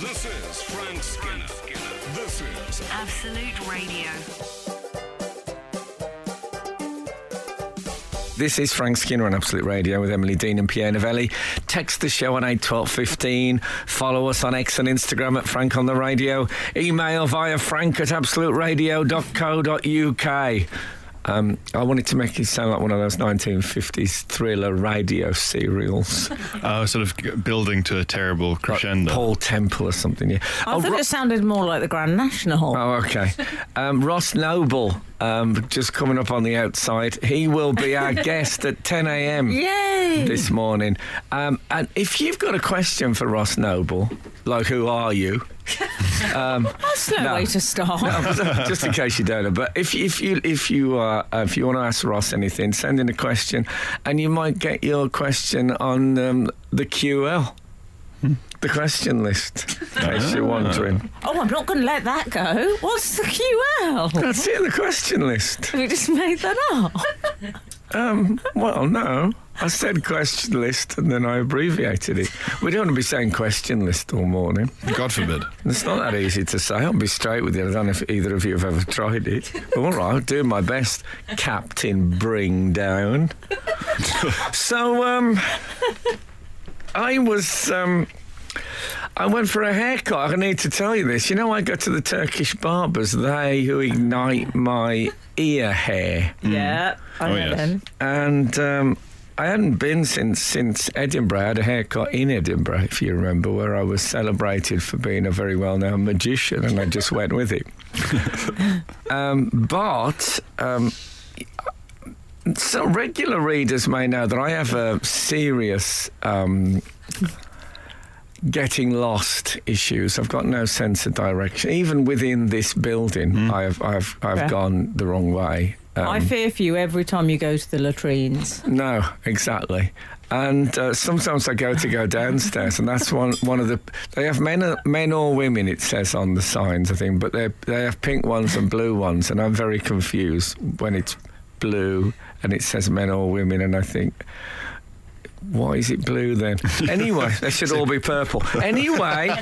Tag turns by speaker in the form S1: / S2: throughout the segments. S1: This is Frank Skinner. This is
S2: Absolute Radio.
S3: This is Frank Skinner on Absolute Radio with Emily Dean and Pierre Novelli. Text the show on 81215. Follow us on X and Instagram at Frank on the Radio. Email via frank at absoluteradio.co.uk. Um, I wanted to make it sound like one of those 1950s thriller radio serials.
S4: Oh, sort of building to a terrible crescendo.
S3: Paul Temple or something, yeah.
S5: I
S3: Oh,
S5: thought
S3: Ro-
S5: it sounded more like the Grand National.
S3: Oh, okay. Um, Ross Noble, um, just coming up on the outside. He will be our guest at 10 a.m.
S5: Yay!
S3: this morning. Um, and if you've got a question for Ross Noble, like who are you?
S5: That's no,
S3: no.
S5: way to start.
S3: just in case you don't know. But if if you if you uh, if you want to ask Ross anything, send in a question, and you might get your question on um, the QL, the question list. In case you're wondering,
S5: Oh, I'm not going to let that go. What's the QL?
S3: that's it. The question list.
S5: We just made that up.
S3: Um, well, no. I said question list and then I abbreviated it. We don't want to be saying question list all morning.
S4: God forbid.
S3: It's not that easy to say. I'll be straight with you. I don't know if either of you have ever tried it. All right, I'll do my best. Captain Bring Down. so, um, I was, um, I went for a haircut. I need to tell you this. You know, I go to the Turkish barbers, they who ignite my ear hair.
S5: Yeah, I
S4: Oh,
S5: know
S4: yes.
S5: then.
S3: And, um, I hadn't been since since Edinburgh. I had a haircut in Edinburgh, if you remember, where I was celebrated for being a very well-known magician, and I just went with it. um, but um, so regular readers may know that I have a serious um, getting lost issues. I've got no sense of direction. Even within this building, I've I've I've
S5: Yeah.
S3: gone the wrong way. Um,
S5: I fear for you every time you go to the latrines.
S3: no, exactly. And uh, sometimes I go to go downstairs, and that's one one of the. They have men, men or women. It says on the signs, I think, but they they have pink ones and blue ones, and I'm very confused when it's blue and it says men or women, and I think. Why is it blue then? Anyway, they should all be purple. Anyway,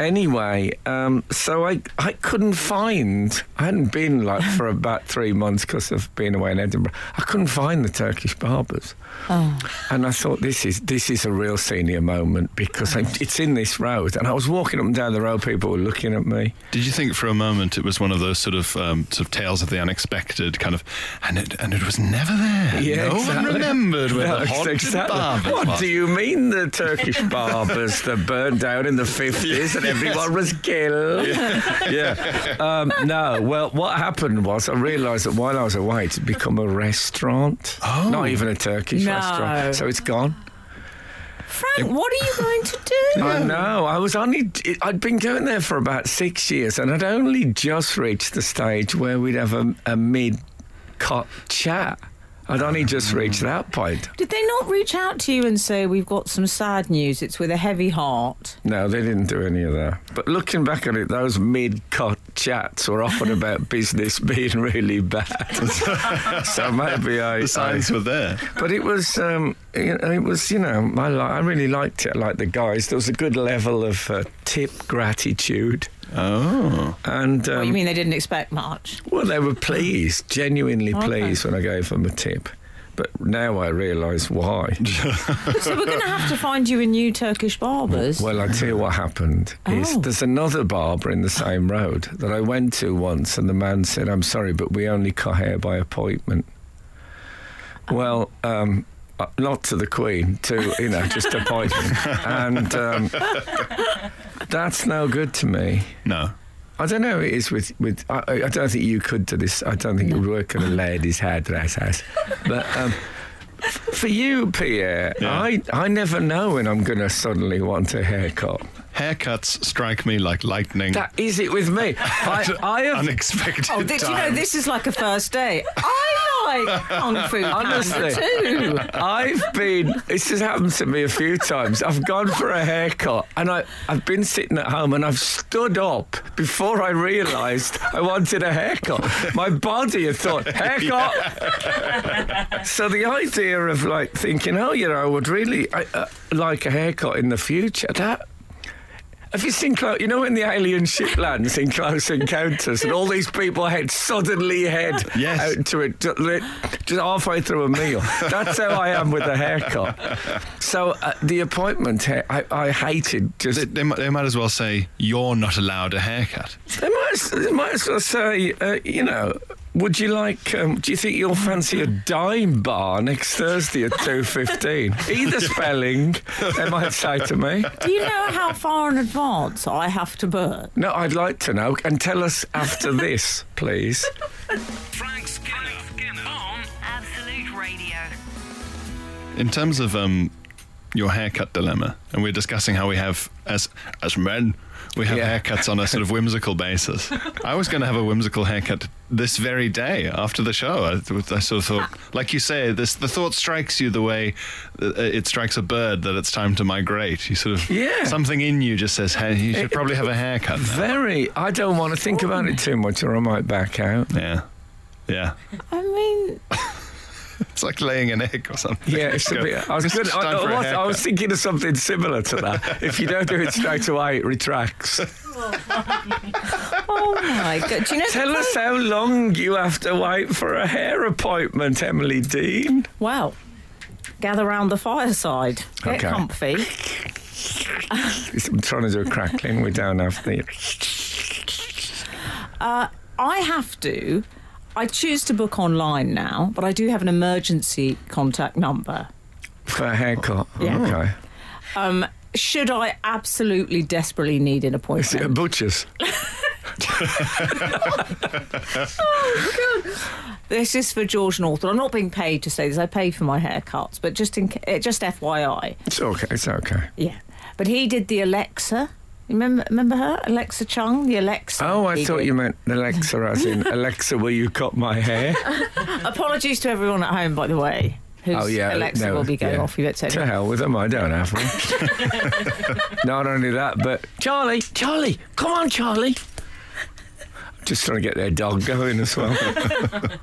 S3: anyway, um, so I I couldn't find. I hadn't been like for about three months because of being away in Edinburgh. I couldn't find the Turkish barbers,
S5: Oh.
S3: and I thought this is this is a real senior moment because I, it's in this road, and I was walking up and down the road. People were looking at me.
S4: Did you think for a moment it was one of those sort of um, sort of tales of the unexpected kind of, and it and it was never there.
S3: Yeah,
S4: no
S3: exactly.
S4: one remembered where
S3: No,
S4: the haunted
S3: exactly.
S4: barber
S3: What
S4: was.
S3: do you mean the Turkish barbers that burned down in the 50s and everyone was killed? Yeah. Um, no, well, what happened was I realised that while I was away, it's become a restaurant.
S4: Oh.
S3: Not even a Turkish
S5: No.
S3: restaurant. So it's gone.
S5: Frank, what are you going to do?
S3: I know. I was only. I'd been going there for about six years, and I'd only just reached the stage where we'd have a, a mid-cut chat. I'd only just reached that point.
S5: Did they not reach out to you and say, We've got some sad news? It's with a heavy heart.
S3: No, they didn't do any of that. But looking back on it, those mid-cut chats were often about business being really bad. so maybe I.
S4: The signs were there.
S3: I- but it was, um, you know, it was, you know, I, li- I really liked it. I liked the guys. There was a good level of uh, tip gratitude,
S4: Oh,
S3: and um,
S5: What, you mean they didn't expect much?
S3: well, they were pleased, genuinely
S5: Okay.
S3: pleased when I gave them a tip. But now I realise why.
S5: so we're going to have to find you a new Turkish barbers.
S3: Well, I tell you what happened is
S5: Oh.
S3: there's another barber in the same road that I went to once, and the man said, "I'm sorry, but we only cut hair by appointment." Well, um, uh, not to the Queen, to you know, just appointment, and um, that's no good to me.
S4: no.
S3: I don't know. It is with with. I, I don't think you could do this. I don't think it would work at a lady's hairdresser's. but um, f- for you, Pierre,
S4: Yeah.
S3: I I never know when I'm going to suddenly want a haircut.
S4: Haircuts strike me like lightning.
S3: That is it with me. I, I have.
S4: unexpected.
S5: Oh, did you know
S4: times.
S5: this is like a first day? I like Kung Fu
S3: Honestly,
S5: Panda too.
S3: I've been. This has happened to me a few times. I've gone for a haircut, and I, I've been sitting at home, and I've stood up before I realised I wanted a haircut. My body had thought haircut. So the idea of like thinking, oh, you know, I would really I, uh, like a haircut in the future. That Have you seen, Clo- you know, when the alien ship lands in Close Encounters and all these people head suddenly head
S4: Yes.
S3: out to it ju- li- just halfway through a meal? That's how I am with the haircut. So uh, the appointment, hair, I, I hated just.
S4: They, they, mi- they might as well say, You're not allowed a haircut.
S3: They might, as- they might as well say, uh, you know, would you like? Um, do you think you'll fancy a dime bar next Thursday at two fifteen? Either spelling, they might say to me.
S5: Do you know how far in advance I have to book?
S3: No, I'd like to know, and tell us after this, please.
S1: Frank Skinner, on
S2: Absolute Radio.
S4: In terms of um, your haircut dilemma, and we're discussing how we have, as, as men, we have
S3: Yeah.
S4: haircuts on a sort of whimsical basis. I was going to have a whimsical haircut this very day after the show. I, th- I sort of thought, like you say, this the thought strikes you the way uh, it strikes a bird that it's time to migrate. You sort of
S3: Yeah.
S4: something in you just says, hey, you should probably have a haircut. now."
S3: Very. I don't want to think about it too much, or I might back out.
S4: Yeah, yeah.
S5: I mean,
S4: It's like laying an egg or something.
S3: Yeah, it's a
S4: Go,
S3: bit, I was,
S4: "It's
S3: good, I,
S4: time for
S3: I
S4: a
S3: was, I was
S4: haircut."
S3: thinking of something similar to that. If you don't do it straight away, it retracts.
S5: oh my god! Do you know?
S3: Tell us how long you have to wait for a hair appointment, Emily Dean.
S5: Well, gather round the fireside. Get
S3: Okay.
S5: comfy.
S3: I'm trying to do a crackling. We don't have the.
S5: I have to. I choose to book online now, but I do have an emergency contact number.
S3: For a haircut.
S5: Yeah.
S3: Okay.
S5: Um, should I absolutely desperately need an
S3: Is it a
S5: appointment?
S3: uh, butcher's?
S5: This is for George Norton. I'm not being paid to say this. I pay for my haircuts, but just in ca- eh, just FYI,
S3: It's okay. It's okay.
S5: yeah. But he did the Alexa. You Remember, remember her, Alexa Chung, the Alexa.
S3: Oh, I
S5: he
S3: thought
S5: did.
S3: you meant Alexa, as in Alexa, will you cut my hair?
S5: Apologies to everyone at home, by the way. Whose
S3: Oh yeah,
S5: Alexa
S3: no,
S5: will be going
S3: yeah.
S5: off you, etc.
S3: To hell with them, I don't have one. Not only that, but Charlie, Charlie, come on, Charlie. Just trying to get their dog going as well.
S5: Uh,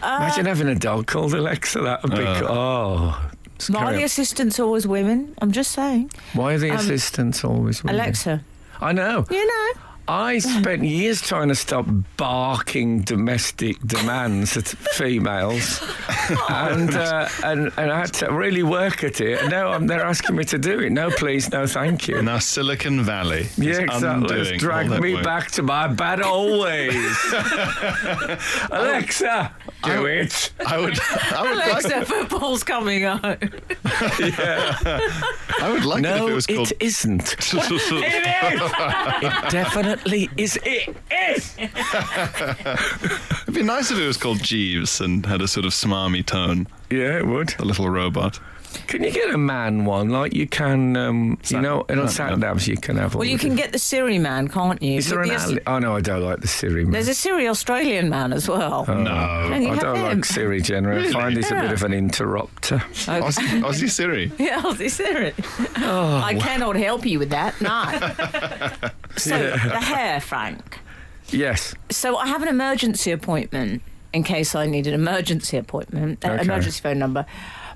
S3: Imagine having a dog called Alexa. That would be
S4: Uh.
S3: cool. Oh. Let's
S5: Are
S3: carry
S5: the
S3: on.
S5: assistants always women? I'm just saying.
S3: Why are
S5: um,
S3: the assistants always women?
S5: Alexa,
S3: I know.
S5: you know.
S3: I spent years trying to stop barking domestic demands at females, and, uh, and and I had to really work at it. And now I'm, they're asking me to do it. No, please, no, thank you.
S4: Now Silicon Valley. is
S3: Yeah, exactly.
S4: undoing all
S3: It's dragged
S4: that
S3: me
S4: work.
S3: back to my bad old ways. Alexa, do it.
S4: I would, I would like,
S5: Alexa, football's coming up.
S4: I would like it if
S3: No,
S4: it was called.
S3: it isn't. It is. It definitely is. It is.
S4: It'd be nice if it was called Jeeves and had a sort of smarmy tone.
S3: Yeah, it would.
S4: The little robot.
S3: Can you get a man one like you can? Um, you know, and on
S4: Sat-
S3: Saturdays you can have. all
S5: Well, you
S3: the
S5: can get the Siri man, can't you?
S3: Is there an
S5: There's-
S3: Ali? Oh no, I don't like the Siri. Man.
S5: There's a Siri Australian man as well.
S4: No.
S5: Don't you
S3: Oh, I
S5: have
S3: don't
S5: him?
S3: like Siri generally. I find he's a bit of an interrupter.
S4: Aussie, Aussie Siri.
S5: Yeah, Aussie Siri.
S3: Oh,
S5: I cannot help you with that. No. so the hair, Frank.
S3: Yes.
S5: So I have an emergency appointment in case I need an emergency appointment, uh,
S3: Okay.
S5: emergency phone number.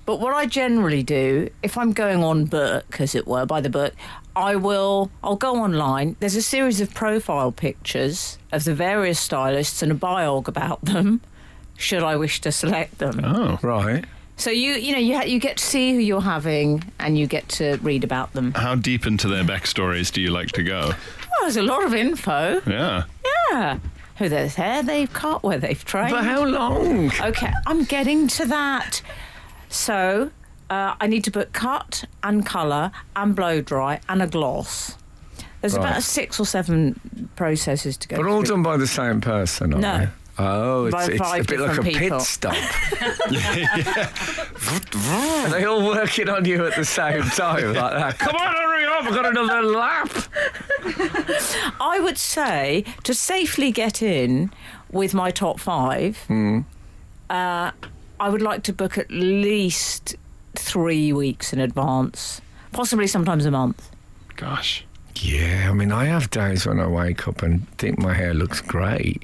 S5: But what I generally do, if I'm going on book, as it were, by the book, I will. I'll go online. There's a series of profile pictures of the various stylists and a biog about them. Should I wish to select them?
S4: Oh.
S3: Right.
S5: So you, you know, you ha- you get to see who you're having, and you get to read about them.
S3: Oh.
S4: How deep into their backstories do you like to go?
S5: Oh, there's a lot of info.
S4: Yeah.
S5: Yeah, who their hair they've cut, where they've trained.
S3: But how long?
S5: Okay, I'm getting to that. So uh, I need to book cut and colour and blow dry and a gloss. There's
S3: Right.
S5: about six or seven processes to go.
S3: But all
S5: through.
S3: done by the same person, aren't
S5: No.
S3: they? Oh, it's,
S5: By
S3: it's a
S5: five
S3: bit like a
S5: different people.
S3: pit stop. Are they all working on you at the same time like that? Come on, hurry up! I've got another lap.
S5: I would say to safely get in with my top five,
S3: Hmm.
S5: uh, I would like to book at least three weeks in advance, possibly sometimes a month.
S4: Gosh.
S3: Yeah, I mean, I have days when I wake up and think my hair looks great.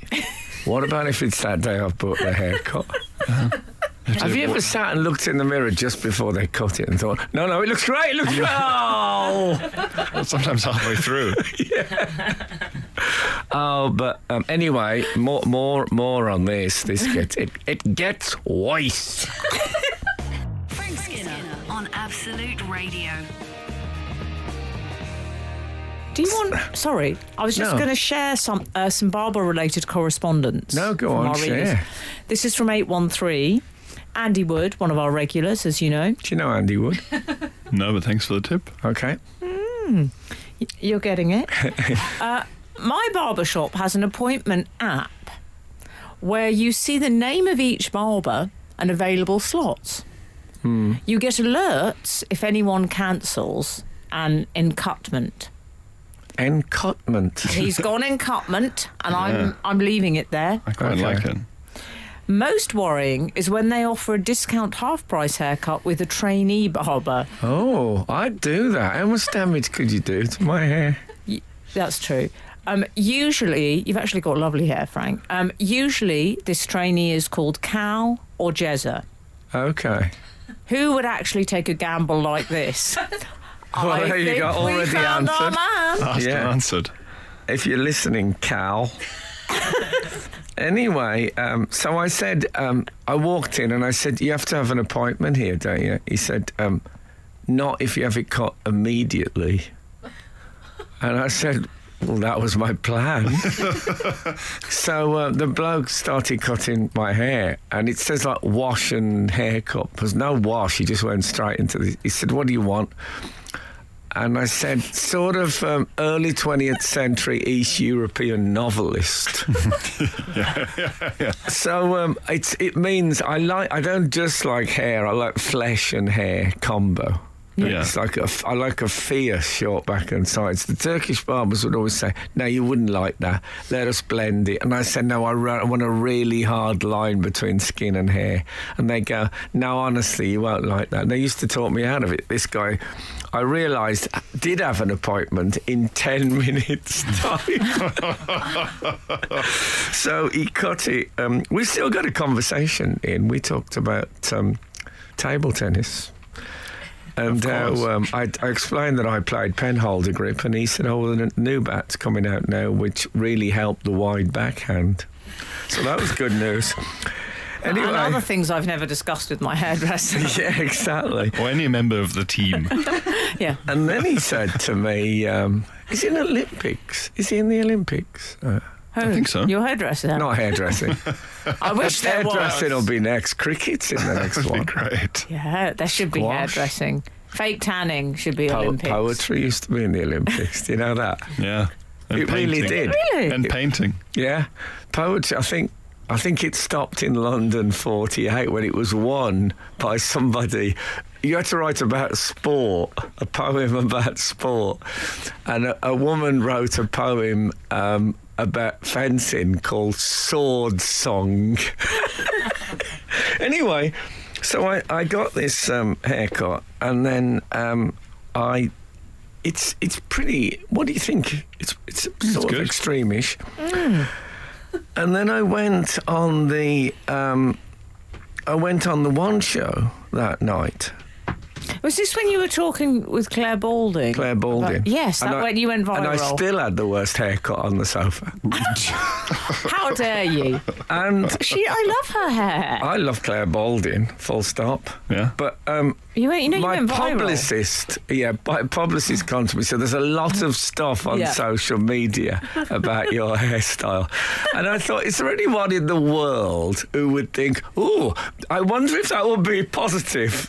S3: what about if it's that day I've bought the haircut? Have you ever sat and looked in the mirror just before they cut it and thought, no, no, it looks great, it looks great. Oh,
S4: Sometimes halfway through.
S3: Oh, but um, anyway, more, more, more on this. This gets it. It gets worse.
S2: Frank Skinner on Absolute Radio.
S5: Do you want? Sorry, I was just
S3: No.
S5: going to share some uh, some Barbara related correspondence.
S3: No, go
S5: from
S3: on,
S5: our readers.
S3: share.
S5: This is from eight one three. Andy Wood, one of our regulars, as you know.
S3: Do you know Andy Wood?
S4: No, but thanks for the tip.
S3: Okay.
S5: Y- You're getting it. uh, my barber shop has an appointment app where you see the name of each barber and available slots.
S3: Hmm.
S5: You get alerts if anyone cancels an encutment.
S3: Encutment.
S5: He's gone encutment, and I'm I'm leaving it there.
S4: I quite
S3: Okay.
S4: like it.
S5: Most worrying is when they offer a discount half price haircut with a trainee barber.
S3: Oh, I'd do that. How much damage could you do to my hair?
S5: That's true. Um, usually, you've actually got lovely hair, Frank. Um, usually, this trainee is called Cal or Jezza.
S3: Okay.
S5: Who would actually take a gamble like this?
S3: Well,
S5: I
S3: there you
S5: think
S3: go.
S5: we
S3: Already
S5: found our
S3: answered.
S5: man.
S4: Asked
S3: Yeah.
S4: and answered.
S3: If you're listening, Cal. anyway, um, so I said, um, I walked in and I said, You have to have an appointment here, don't you? He said, um, Not if you have it cut immediately. And I said, Well, that was my plan. so uh, the bloke started cutting my hair, and it says like wash and haircut. There's no wash, he just went straight into the. He said, What do you want? and I said, sort of um, early 20th century East European novelist. So um, it's, it means I like I don't just like hair. I like flesh and hair combo.
S4: Yeah.
S3: It's like a, f- I like a fierce short back and sides. The Turkish barbers would always say, "No, you wouldn't like that. Let us blend it." And I said, "No, I, ra- I want a really hard line between skin and hair." And they go, "No, honestly, you won't like that." And they used to talk me out of it. This guy, I realised, did have an appointment in ten minutes' time. So he cut it. Um, we still got a conversation in. We talked about um, table tennis. And how
S4: course.
S3: um, I, I explained that I played penholder grip, and he said, "Oh, well, the n- new bat's coming out now, which really helped the wide backhand." So that was good news. Anyway,
S5: And other things I've never discussed with my hairdresser.
S3: yeah, exactly.
S4: Or any member of the team.
S5: yeah.
S3: And then he said to me, um, "Is he in Olympics? Is he in the Olympics?" Uh,
S5: I
S4: think so.
S5: Your hairdresser.
S3: not hairdressing.
S5: I wish there was.
S3: hairdressing will be next. Cricket's in the next
S4: That'd be
S3: one.
S4: great.
S5: Yeah, there should be
S3: Squash.
S5: hairdressing. Fake tanning should be
S3: Po-
S5: Olympics.
S3: poetry used to be in the Olympics. Do you know that?
S4: Yeah. And
S3: it really
S4: painting.
S3: did.
S5: Really?
S4: And painting.
S3: Yeah, poetry. I think I think it stopped in London '48 when it was won by somebody. You had to write about sport, a poem about sport, and a, a woman wrote a poem um, about fencing called "Sword Song." anyway, so I, I got this um, haircut, and then um, I. It's it's pretty. What do you think? It's it's sort of
S4: good.
S3: extremish.
S5: Mm.
S3: And then I went on the um, I went on the one show that night.
S5: Was this when you were talking with Claire Balding?
S3: Claire Balding.
S5: About- yes,
S3: And
S5: that
S3: I-
S5: when you went
S3: And I
S5: viral.
S3: still had the worst haircut on the sofa.
S5: How dare you?
S3: And
S5: She, I love her hair.
S3: I love Claire Balding, full stop.
S4: Yeah.
S3: But um,
S5: You went, you know,
S3: my
S5: you went viral.
S3: publicist, yeah, my publicist contacted me. So there's a lot of stuff on
S5: Yeah.
S3: social media about your hairstyle, and I thought, is there anyone in the world who would think, "Oh, I wonder if that would be positive"?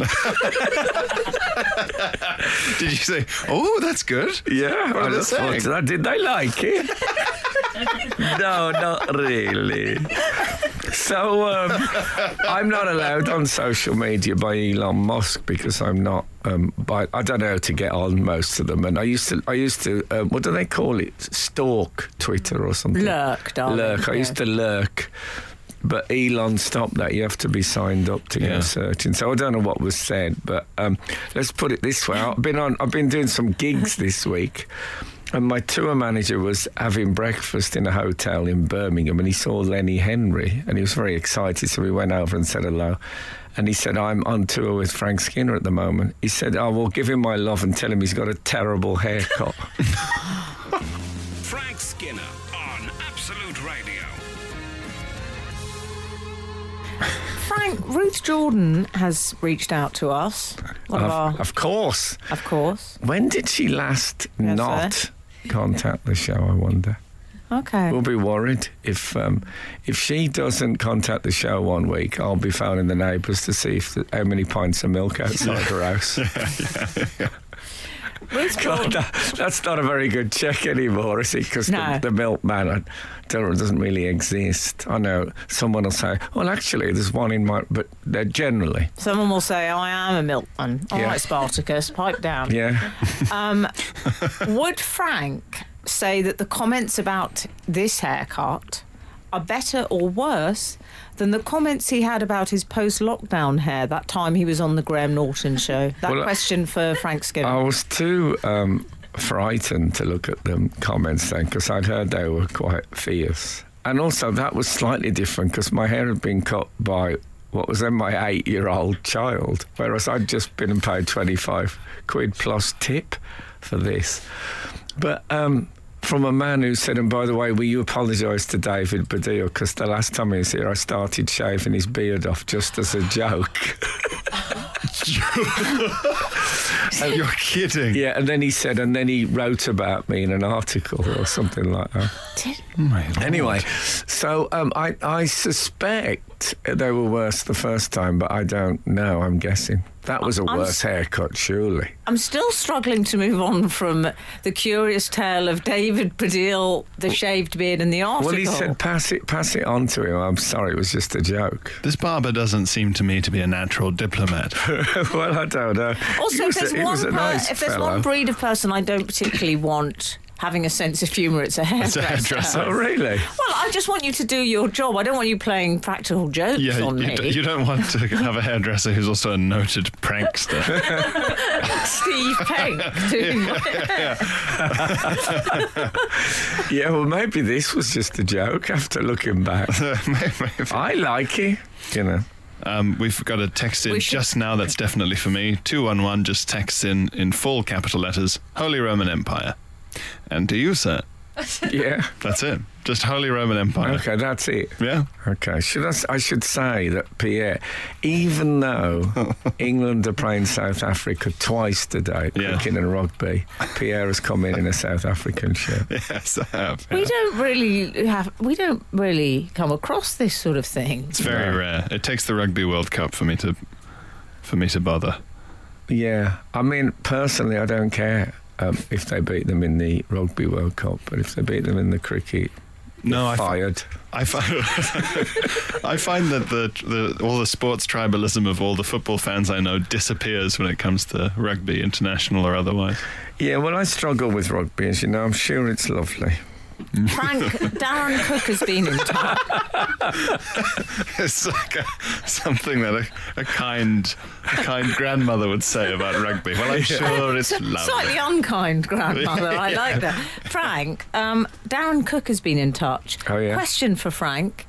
S4: Did you say, oh, that's good?
S3: Yeah,
S4: What
S3: I
S4: are they
S3: look forward to
S4: saying?
S3: that. Did they like it? no, not really. So um, I'm not allowed on social media by Elon Musk because I'm not. Um, by, I don't know how to get on most of them, and I used to. I used to. Um, what do they call it? Stalk Twitter or something.
S5: Lurk, darling.
S3: Lurk. I used to lurk. But Elon stopped that. You have to be signed up to go
S4: Yeah.
S3: searching. So I don't know what was said, but um, let's put it this way: I've been on, I've been doing some gigs this week, and my tour manager was having breakfast in a hotel in Birmingham, and he saw Lenny Henry, and he was very excited. So we went over and said hello, and he said, I'm on tour with Frank Skinner at the moment. He said, Oh, well, give him my love and tell him he's got a terrible haircut.
S1: Frank Skinner on Absolute Radio.
S5: Frank, Ruth Jordan has reached out to us. One of
S3: of,
S5: our,
S3: of course.
S5: of course.
S3: When did she last
S5: Yes,
S3: not
S5: sir.
S3: contact the show, I wonder?
S5: Okay.
S3: We'll be worried if um, if she doesn't contact the show one week. I'll be phoning the neighbours to see if how many pints of milk outside her house.
S5: Ruth
S3: God,
S5: Jordan.
S3: that, that's not a very good check anymore, is it? Because
S5: No.
S3: the, the milkman I don't, doesn't really exist. I know someone will say, "Well, actually, there's one in my," but they're generally,
S5: Someone will say, I am a milkman. All right,
S3: Yeah.
S5: Spartacus, pipe down.
S3: yeah.
S5: Would Frank say that the comments about this haircut are better or worse than the comments he had about his post lockdown hair that time he was on the Graham Norton show? That
S3: Well, uh, I-
S5: question for Frank Skinner.
S3: I was too um, frightened to look at the comments then because I'd heard they were quite fierce. And also, that was slightly different because my hair had been cut by what was then my eight year old child, whereas I'd just been and paid 25 quid plus tip for this. But um, from a man who said, and by the way, will you apologise to David Baddiel? Because the last time he was here, I started shaving his beard off just as a joke.
S4: You're kidding.
S3: yeah, and then he said, and then he wrote about me in an article or something like that.
S4: Oh My lord.
S3: Anyway, so um, I, I suspect they were worse the first time, but I don't know. I'm guessing that was a
S5: I'm
S3: worse
S5: s-
S3: haircut, surely.
S5: I'm still struggling to move on from the curious tale of David Baddiel, the shaved beard, and the article.
S3: Well, he said, pass it, pass it on to him. I'm sorry, it was just a joke.
S4: This barber doesn't seem to me to be a natural diplomat.
S3: well, I don't know. He
S5: Also, if
S3: was a-
S5: there's,
S3: he was
S5: one
S3: a
S5: per-
S3: nice
S5: if there's
S3: fellow.
S5: one breed of person I don't particularly want having a sense of humour, it's a hairdresser.
S4: a hairdresser.
S3: Oh, really?
S5: Well, I just want you to do your job. I don't want you playing practical jokes
S4: Yeah,
S5: on
S4: you,
S5: me.
S4: d- you don't want to have a hairdresser who's also a noted prankster.
S5: Steve Pegg doing my-
S3: Yeah. Well, maybe this was just a joke. After looking back, I like it. You know.
S4: um, we've got a text in
S5: We should-
S4: just now that's definitely for me. 211 just texts in in full capital letters Holy Roman Empire. And to you, sir.
S3: Yeah.
S4: That's it. Just Holy Roman Empire.
S3: Okay, that's it.
S4: Yeah.
S3: Okay, should I, s- I should say that Pierre, even though England are playing South Africa twice today,
S4: Yeah.
S3: cricket and rugby, Pierre has come in in a South African shirt.
S4: Yes, I have.
S5: we don't really have. We don't really come across this sort of thing.
S4: It's very
S3: No.
S4: rare. It takes the Rugby World Cup for me to for me to bother.
S3: Yeah, I mean personally, I don't care um, if they beat them in the Rugby World Cup, but if they beat them in the cricket,
S4: No, I, f-
S3: fired.
S4: I find I find that the, the all the sports tribalism of all the football fans I know disappears when it comes to rugby, international or otherwise.
S3: Yeah, well, I struggle with rugby, as you know. I'm sure it's lovely.
S5: Frank Darren Cook has been in touch.
S4: It's like a, something that a, a kind a kind grandmother would say about rugby. Well, I'm sure it's lovely.
S5: Slightly unkind grandmother. I like that. Frank, um, Darren Cook has been in touch.
S3: Oh, yeah.
S5: Question for Frank.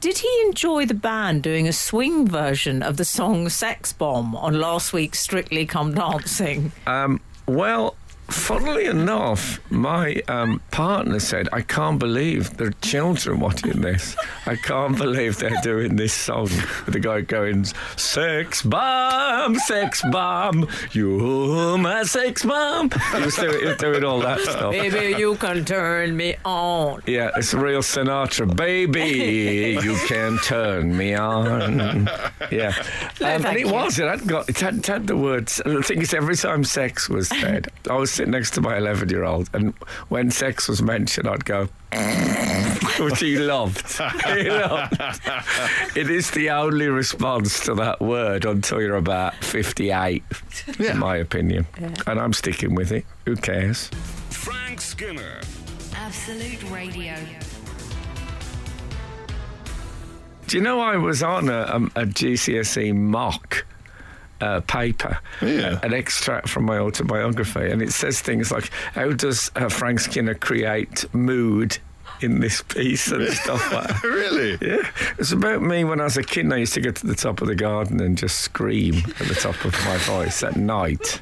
S5: Did he enjoy the band doing a swing version of the song Sex Bomb on last week's Strictly Come Dancing?
S3: Um, well, funnily enough, my um, partner said, I can't believe there are children watching this. I can't believe they're doing this song with the guy going, Sex bomb, sex bomb, you're my sex bomb. He was doing, he was doing all that stuff.
S5: Baby, you can turn me on.
S3: Yeah, it's a real Sinatra. Baby, you can turn me on. Yeah. Um, and
S5: thank
S3: it
S5: you.
S3: was, it had, got, it, had, it had the words. And the thing is, every time sex was said, I was sitting next to my 11 year old, and when sex was mentioned, I'd go, which he loved. He loved. It is the only response to that word until you're about 58,
S4: Yeah.
S3: in my opinion. And I'm sticking with it. Who cares?
S1: Frank Skinner.
S2: Absolute Radio.
S3: Do you know I was on a, um, a GCSE mock uh, paper,
S4: Yeah.
S3: a- an extract from my autobiography, and it says things like, "How does uh, Frank Skinner create mood?" in this piece and stuff like that.
S4: really?
S3: Yeah, it's about me when I was a kid. and I used to go to the top of the garden and just scream at the top of my voice at night.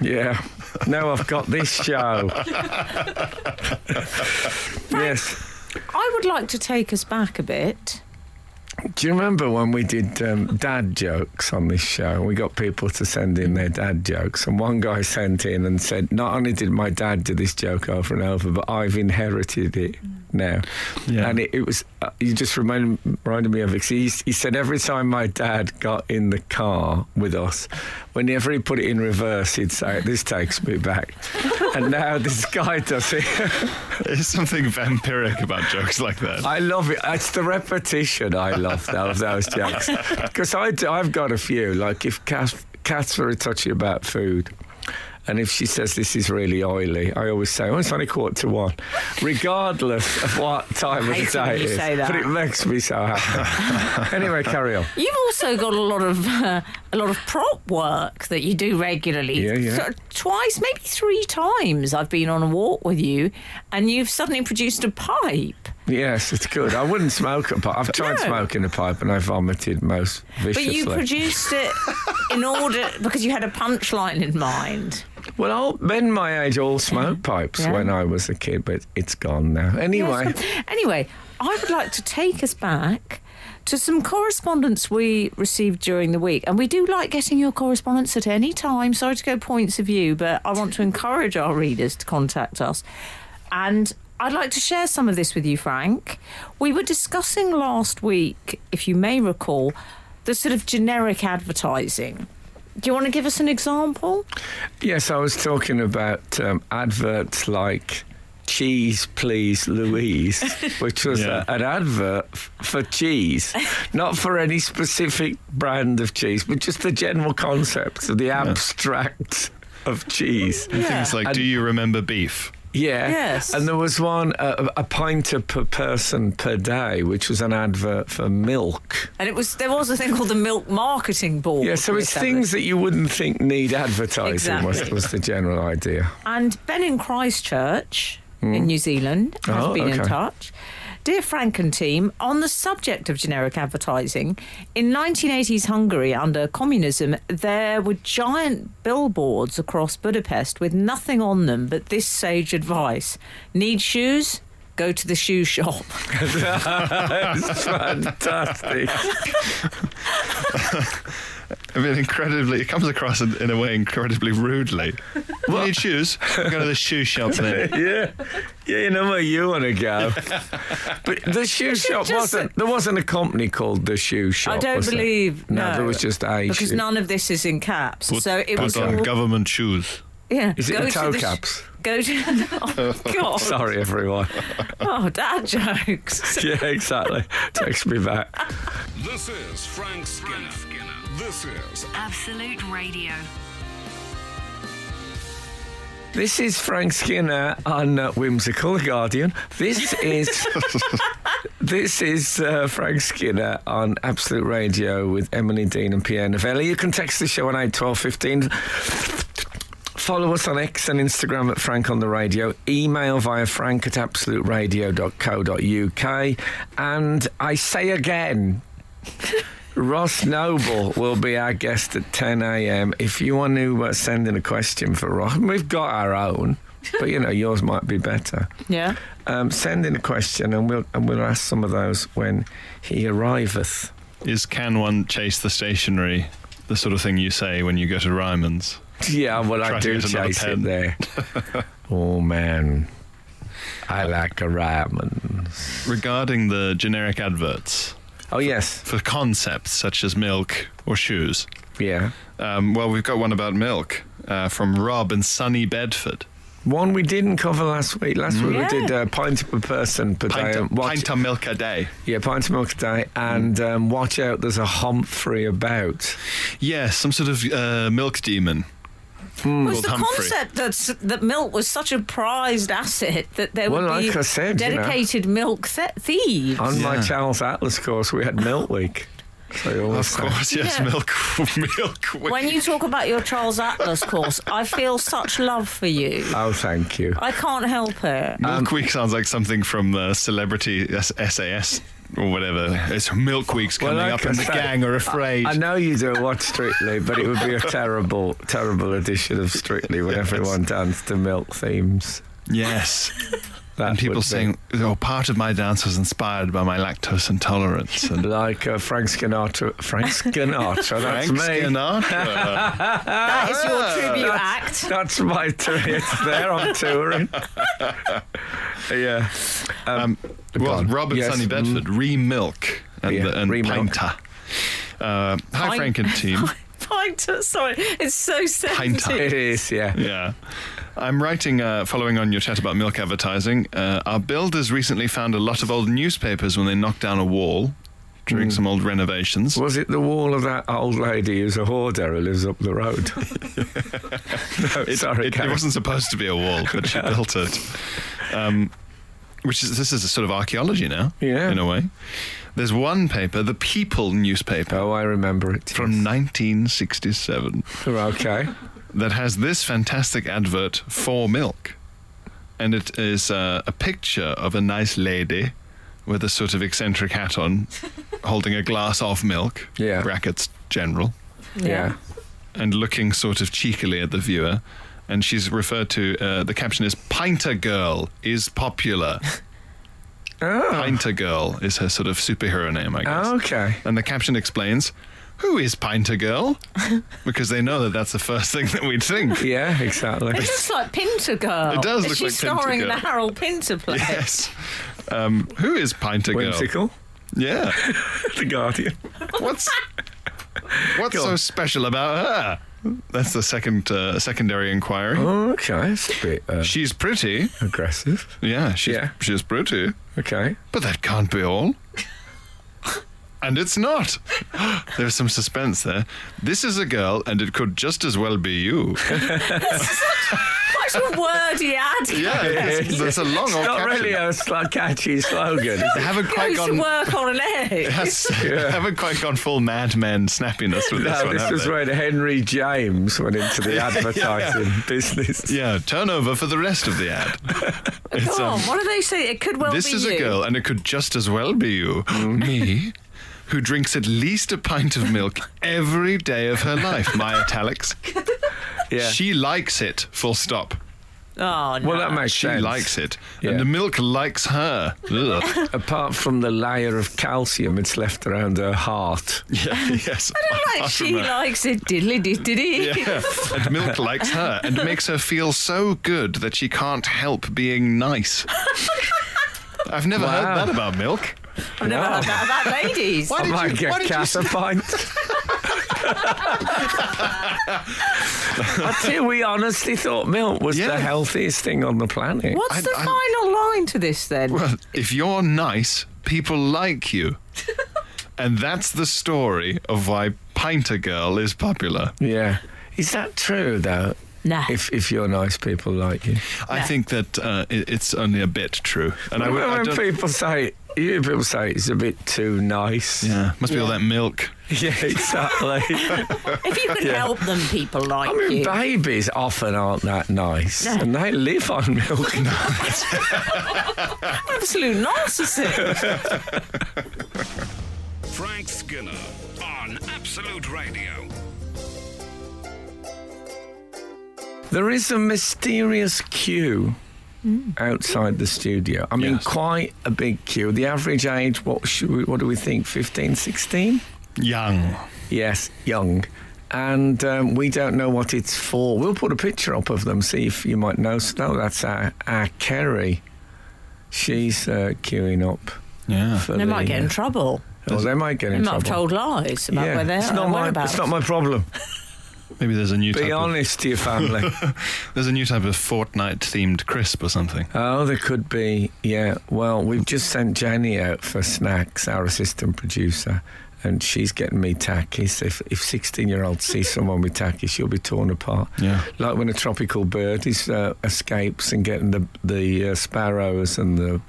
S3: Yeah, now I've got this show. yes.
S5: I would like to take us back a bit.
S3: Do you remember when we did um, dad jokes on this show? We got people to send in their dad jokes, and one guy sent in and said, Not only did my dad do this joke over and over, but I've inherited it now.
S4: Yeah.
S3: And it, it was, uh, you just remind, reminded me of it. 'cause He, used- he said, Every time my dad got in the car with us, whenever he put it in reverse, he'd say, This takes me back. and now this guy does it.
S4: There's something vampiric about jokes like that.
S3: I love it. It's the repetition I love tho- of those jokes. Because I, do- I've got a few. Like if Kath, Kath's very touchy about food, and if she says this is really oily, I always say, oh, it's only quarter to one, regardless of what time of the
S5: hate it
S3: day
S5: when
S3: it
S5: you
S3: is.
S5: say that.
S3: But it makes me so happy. anyway, carry on.
S5: You've also got a lot of uh, a lot of prop work that you do regularly.
S3: Yeah, yeah.
S5: So twice, maybe three times, I've been on a walk with you, and you've suddenly produced a pipe.
S3: Yes, it's good. I wouldn't smoke a pipe. I've tried
S5: No.
S3: smoking a pipe and I vomited most
S5: But
S3: viciously.
S5: you produced it in order because you had a punchline in mind.
S3: Well, all, men my age all smoked pipes
S5: Yeah.
S3: when I was a kid, but it's gone now. Anyway,
S5: Anyway, I would like to take us back to some correspondence we received during the week. And we do like getting your correspondence at any time. Sorry to go points of view, but I want to encourage our readers to contact us. And I'd like to share some of this with you, Frank. We were discussing last week, if you may recall, the sort of generic advertising. Do you want to give us an example?
S3: yes, I was talking about um, adverts like Cheese Please Louise, which was
S4: Yeah.
S3: a, an advert f- for cheese, not for any specific brand of cheese, but just the general concept of the abstract of cheese.
S4: Things like,
S3: And-
S4: do you remember beef?
S3: Yeah.
S5: Yes.
S3: And there was one, uh, a pint of per person per day, which was an advert for milk.
S5: And it was there was a thing called the milk marketing board.
S3: Yeah, so
S5: we
S3: it's
S5: established.
S3: things that you wouldn't think need advertising was,
S5: Exactly.
S3: was the general idea.
S5: And Ben in Christchurch in New Zealand has
S3: Hmm. Oh,
S5: been in
S3: okay.
S5: touch. Dear Frank and team, on the subject of generic advertising, in 1980s Hungary under communism, there were giant billboards across Budapest with nothing on them but this sage advice Need shoes? Go to the shoe shop.
S3: That's fantastic.
S4: I mean, incredibly, it comes across in, in a way incredibly rudely. What need shoes? Go to the shoe shop then.
S3: Yeah. Yeah, you know where you want to go. But the shoe shop
S5: just-
S3: wasn't, there wasn't a company called the shoe shop.
S5: I don't
S3: was there?
S5: believe.
S3: No,
S5: No,
S3: there was just a
S5: Because
S3: shoe.
S5: none of this is in caps.
S4: Put-
S5: so it
S4: put
S5: was.
S4: on
S5: all-
S4: government shoes.
S5: yeah.
S3: Is it
S5: go
S3: the
S5: to
S3: toe
S5: sh-
S3: caps?
S5: Go to. Oh, God.
S3: Sorry, everyone.
S5: Oh, dad jokes.
S3: Yeah, exactly. Takes me back.
S1: This is Frank Skinner. This is
S2: Absolute Radio.
S3: This is Frank Skinner on uh, Whimsical The Guardian. This is this is uh, Frank Skinner on Absolute Radio with Emily Dean and Pierre Novelli. You can text the show on eight twelve fifteen. Follow us on X and Instagram at Frank on the Radio. Email via frank at absoluteradio.co.uk. And I say again, Ross Noble will be our guest at 10 a.m. If you want to uh, send in a question for Ross, we've got our own, but you know, yours might be better.
S5: Yeah.
S3: Um, send in a question and we'll, and we'll ask some of those when he arriveth.
S4: Is can one chase the stationery? The sort of thing you say when you go to Ryman's.
S3: Yeah, well, I
S4: Try to
S3: do
S4: get another
S3: chase it
S4: pen.
S3: there. oh, man. I like a ramen.
S4: Regarding the generic adverts
S3: Oh, yes.
S4: for concepts such as milk or shoes,
S3: Yeah.
S4: um, well, we've got one about milk uh, from Rob in sunny Bedford.
S3: One we didn't cover last week. Last week
S5: Yeah.
S3: we did uh, pint per person per
S4: Pint,
S3: day.
S4: of,
S3: and watch-
S4: pint of milk a day.
S3: Yeah, pint of milk a day. And
S4: Mm.
S3: um, watch out, there's a Humphrey about.
S4: Yeah, some sort of uh, milk demon.
S5: It was
S4: Called
S5: the
S4: Mm. Humphrey.
S5: concept that s- that milk was such a prized asset that there
S3: Well,
S5: would be
S3: like I said, you know.
S4: Oh.
S5: dedicated milk th- thieves.
S3: On my
S4: Yeah.
S3: Charles Atlas course, we had Milk Week. So you always
S4: Of
S3: say.
S4: course, yes,
S5: Yeah.
S4: milk, milk.
S5: When you talk about your Charles Atlas course, I feel such love for you.
S3: Oh, thank you.
S5: I can't help it.
S4: Milk Week sounds like something from the celebrity S- SAS or whatever. It's Milk Week's
S3: Well,
S4: coming
S3: like
S4: up,
S3: I
S4: and the
S3: said,
S4: gang are afraid.
S3: I know you don't watch Strictly, but it would be a terrible, terrible edition of Strictly when
S4: Yes.
S3: everyone danced to milk themes.
S4: yes.
S3: That
S4: And
S3: would
S4: people
S3: be-
S4: saying, oh, part of my dance was inspired by my lactose intolerance. And
S3: like uh, Frank Sinatra. Frank Sinatra, that's
S4: Frank
S3: me.
S4: Sinatra.
S5: That is
S4: Ah,
S5: your tribute act.
S3: That's my tour. It's there. I'm touring. yeah.
S4: um, well,
S3: on.
S4: Robert
S3: Yes,
S4: Sonny
S3: mm.
S4: Bedford, re-milk and,
S3: Yeah,
S4: and
S3: re-milk.
S4: pinta. Uh, hi,
S5: Pint-
S4: Frank and team.
S5: Pinter, sorry, it's so sensitive.
S3: It is, yeah.
S4: Yeah. I'm writing, uh, following on your chat about milk advertising. Uh, our builders recently found a lot of old newspapers when they knocked down a wall
S3: Mm.
S4: during some old renovations.
S3: Was it the wall of that old lady who's a hoarder who lives up the road? no,
S4: It,
S3: sorry,
S4: it, it
S3: Karen.
S4: wasn't supposed to be a wall, but she built it. Um, which is this is a sort of archaeology now,
S3: Yeah.
S4: in a way. There's one paper, the People newspaper
S3: Oh, I remember it. Oh,
S4: from 1967,
S3: okay.
S4: that has this fantastic advert for milk. And it is uh, a picture of a nice lady with a sort of eccentric hat on, holding a glass of milk,
S3: Yeah.
S4: brackets general,
S3: Yeah.
S4: and looking sort of cheekily at the viewer. And she's referred to, uh, the caption is Pinter Girl is popular.
S3: Oh,
S4: Pinter Girl is her sort of superhero name, I guess.
S3: okay.
S4: And the caption explains, Who is Pinter Girl? because they know that that's the first thing that we'd think.
S3: Yeah, exactly.
S5: It looks like Pinter Girl.
S4: It does
S5: Is
S4: look
S5: she
S4: like Pinter
S5: starring
S4: Girl.
S5: the Harold Pinter play?
S4: Yes. Um, who is Pinter Girl?
S3: Whimsical.
S4: Yeah.
S3: the Guardian.
S4: What's what's so
S3: on.
S4: special about her? That's the second uh, secondary inquiry.
S3: Oh, okay. It's a bit uh,
S4: She's pretty.
S3: aggressive.
S4: Yeah, she's
S3: Yeah.
S4: she's pretty.
S3: Okay.
S4: But that can't be all. And it's not. There's some suspense there. This is a girl, and it could just as well be you.
S5: Quite a wordy ad.
S4: Yeah, it's, it's a long
S3: It's
S4: old
S3: not
S4: caption.
S3: really a sl- catchy slogan.
S4: They
S3: Is
S4: haven't quite
S5: Goes to
S4: gone.
S5: work on an egg.
S4: Yes, haven't quite gone full Mad Men snappiness with
S3: it?
S4: this
S3: No,
S4: one.
S3: this
S4: have
S3: is
S4: they?
S3: when Henry James went into the advertising business.
S4: Yeah, turnover for the rest of the ad. It's,
S5: Come on,
S4: um,
S5: what do they say? It could well
S4: this
S5: be
S4: is
S5: you.
S4: a girl, and it could just as well be you,
S3: Mm.
S4: me, who drinks at least a pint of milk every day of her life. My italics.
S3: Yeah.
S4: She likes it. Full stop.
S5: Oh no.
S3: well, that makes
S4: She
S3: sense.
S4: likes it,
S3: Yeah.
S4: and the milk likes her. Ugh.
S3: Apart from the layer of calcium it's left around her heart.
S4: yeah, yes.
S5: like she likes it diddly diddly.
S4: Yeah. And milk likes her and makes her feel so good that she can't help being nice. I've never heard
S3: Wow.
S4: that about milk.
S5: I've never heard that about ladies.
S4: Why
S3: I
S4: did
S3: might
S4: you-
S3: get
S4: why did you
S3: Kath a pint. I tell you, we honestly thought milk was
S4: Yeah.
S3: the healthiest thing on the planet.
S5: What's
S4: I-
S5: the
S4: I-
S5: final line to this then?
S4: Well, if you're nice, people like you. and that's the story of why Pinter Girl is popular.
S3: Yeah. Is that true, though?
S5: Nah.
S3: If, if you're nice, people like you.
S4: I think that uh, it, it's only a bit true. And I,
S3: I
S4: would- I
S3: when
S4: don't-
S3: people say, you people say it's a bit too nice.
S4: Yeah, must be all that milk.
S3: Yeah, exactly.
S5: If you can help them, people like
S3: I mean,
S5: you.
S3: babies often aren't that nice, and they live on milk.
S5: Absolute narcissist.
S1: Frank Skinner on Absolute Radio.
S3: There is a mysterious queue
S5: Hmm.
S3: outside the studio. I mean,
S4: Yes.
S3: quite a big queue. The average age, what should we, what do we think? 15, 16?
S4: Young.
S3: Yes, young. And um, we don't know what it's for. We'll put a picture up of them, see if you might know. No, that's our, our Kerry. She's uh, queuing up.
S4: Yeah.
S3: For
S5: They
S3: the,
S5: might get in
S3: uh,
S5: trouble.
S3: Well, they might get
S5: They
S3: in trouble.
S5: might have told lies about where they are.
S3: it's not my
S5: whereabouts.
S3: it's not my problem.
S4: Maybe there's a new type
S3: Be
S4: of,
S3: honest to your family.
S4: there's a new type of Fortnite themed crisp or something.
S3: Oh, there could be. Yeah. Well, we've just sent Jenny out for snacks, our assistant producer, and she's getting me tackies. If if sixteen year olds see someone with tackies, she'll be torn apart.
S4: Yeah.
S3: Like when a tropical bird is uh, escapes and getting the the uh, sparrows and the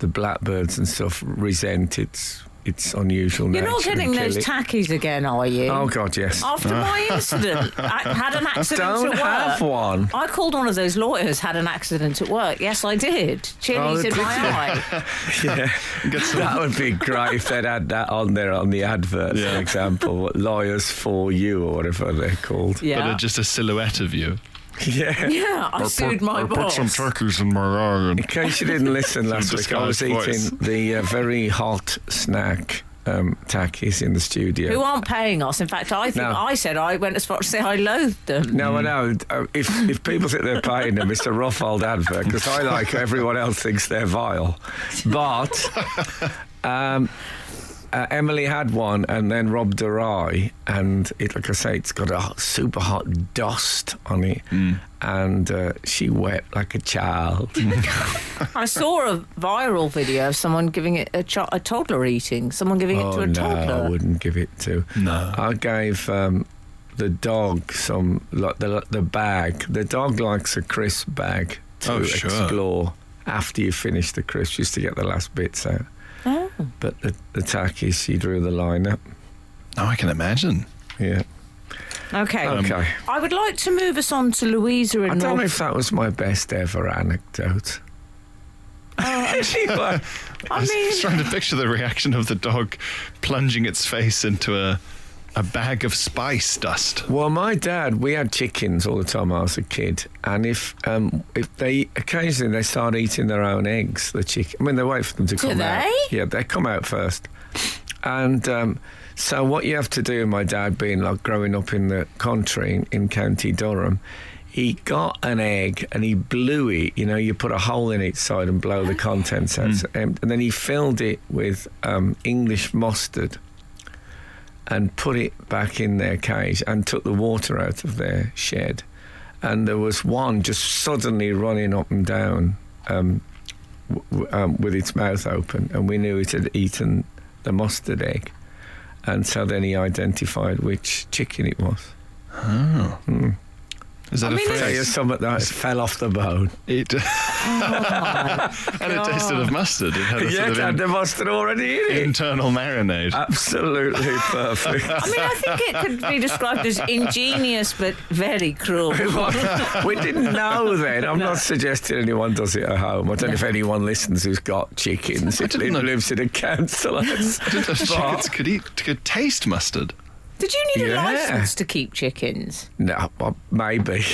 S3: the blackbirds and stuff resent its its unusual
S5: You're
S3: nature.
S5: not
S3: and
S5: getting those
S3: kill it.
S5: tackies again, are you?
S3: Oh God, yes.
S5: After my incident, I had an accident
S3: Don't
S5: at work.
S3: have one.
S5: I called one of those lawyers, had an accident at work. Yes, I did.
S3: Oh,
S5: Chili's
S3: did
S5: in my eye.
S3: Yeah. that would be great if they'd had that on there on the advert,
S4: Yeah.
S3: for example. What, lawyers for you or whatever they're called.
S4: But
S5: Yeah.
S4: it's just a silhouette of you.
S3: Yeah.
S5: yeah, I sued my boss.
S4: turkeys in my eye.
S3: In case you didn't listen last
S4: Some
S3: week, I was
S4: disguised voice.
S3: eating the uh, very hot snack um, takis in the studio.
S5: who aren't paying us. In fact, I think
S3: No.
S5: I said I went as far as to say I loathed them.
S3: No, I know. Uh, If if people think they're paying them, it's a rough old advert because I, like everyone else, thinks they're vile. But um, uh, Emily had one, and then robbed her eye, and it, like I say, it's got a hot- super hot dust on it, and uh, she wept like a child.
S5: I saw a viral video of someone giving it a, cho- a toddler eating. Someone giving it to
S3: oh
S5: a
S3: no, I
S5: toddler.
S3: wouldn't give it to.
S4: No.
S3: I gave um, the dog some like the the bag. The dog likes a crisp bag to
S4: Oh, sure.
S3: explore after you finish the crisp, just to get the last bits out.
S5: Oh.
S3: But the, the tacky, she drew the line up.
S4: Oh, I can imagine.
S3: Yeah.
S5: Okay.
S4: Um,
S3: okay.
S5: I would like to move us on to Louisa
S3: Um, I
S5: and
S3: don't
S5: North.
S3: know if that was my best ever anecdote.
S5: Oh,
S3: Anyway,
S5: I
S4: was
S5: mean,
S4: just trying to picture the reaction of the dog plunging its face into a a bag of spice dust.
S3: Well, my dad, we had chickens all the time when I was a kid, and if um, if they occasionally they start eating their own eggs, the chicken. I mean, they wait for them to
S5: Do
S3: come out.
S5: they?
S3: Yeah, they come out first, and um, so what you have to do, my dad, being like growing up in the country in, in County Durham. He got an egg and he blew it. You know, you put a hole in its side and blow the contents out. So, um, and then he filled it with um, English mustard and put it back in their cage and took the water out of their shed. And there was one just suddenly running up and down um, w- w- um, with its mouth open, and we knew it had eaten the mustard egg. And so then he identified which chicken it was.
S4: Is that
S5: I
S4: a
S5: mean,
S3: So you're
S4: phrase?
S3: something that fell off the bone.
S4: It,
S5: Oh
S4: and it tasted of mustard. It had a
S3: Yeah,
S4: sort of
S3: and the mustard already in it.
S4: internal marinade.
S3: Absolutely perfect.
S5: I mean, I think it could be described as ingenious but very cruel.
S3: we didn't know then. I'm not suggesting anyone does it at home. I don't know if anyone listens who's got chickens. It
S4: didn't know-
S3: lives in a council. house.
S4: Chickens could eat, could taste mustard.
S5: Did you need a
S3: Yeah.
S5: license to keep chickens?
S3: no, well, maybe.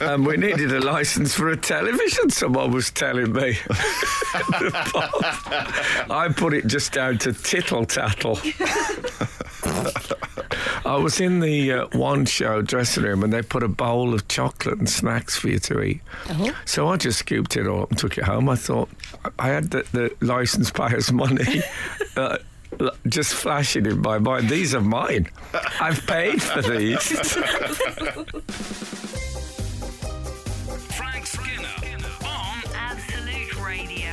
S3: and we needed a license for a television, someone was telling me. I put it just down to tittle tattle. I was in the uh, one show dressing room and they put a bowl of chocolate and snacks for you to eat.
S5: Oh.
S3: So I just scooped it up and took it home. I thought I had the, the license payer's money uh, l- just flashing in my mind. These are mine. I've paid for these.
S1: Frank Skinner Oh, on
S2: Absolute Radio.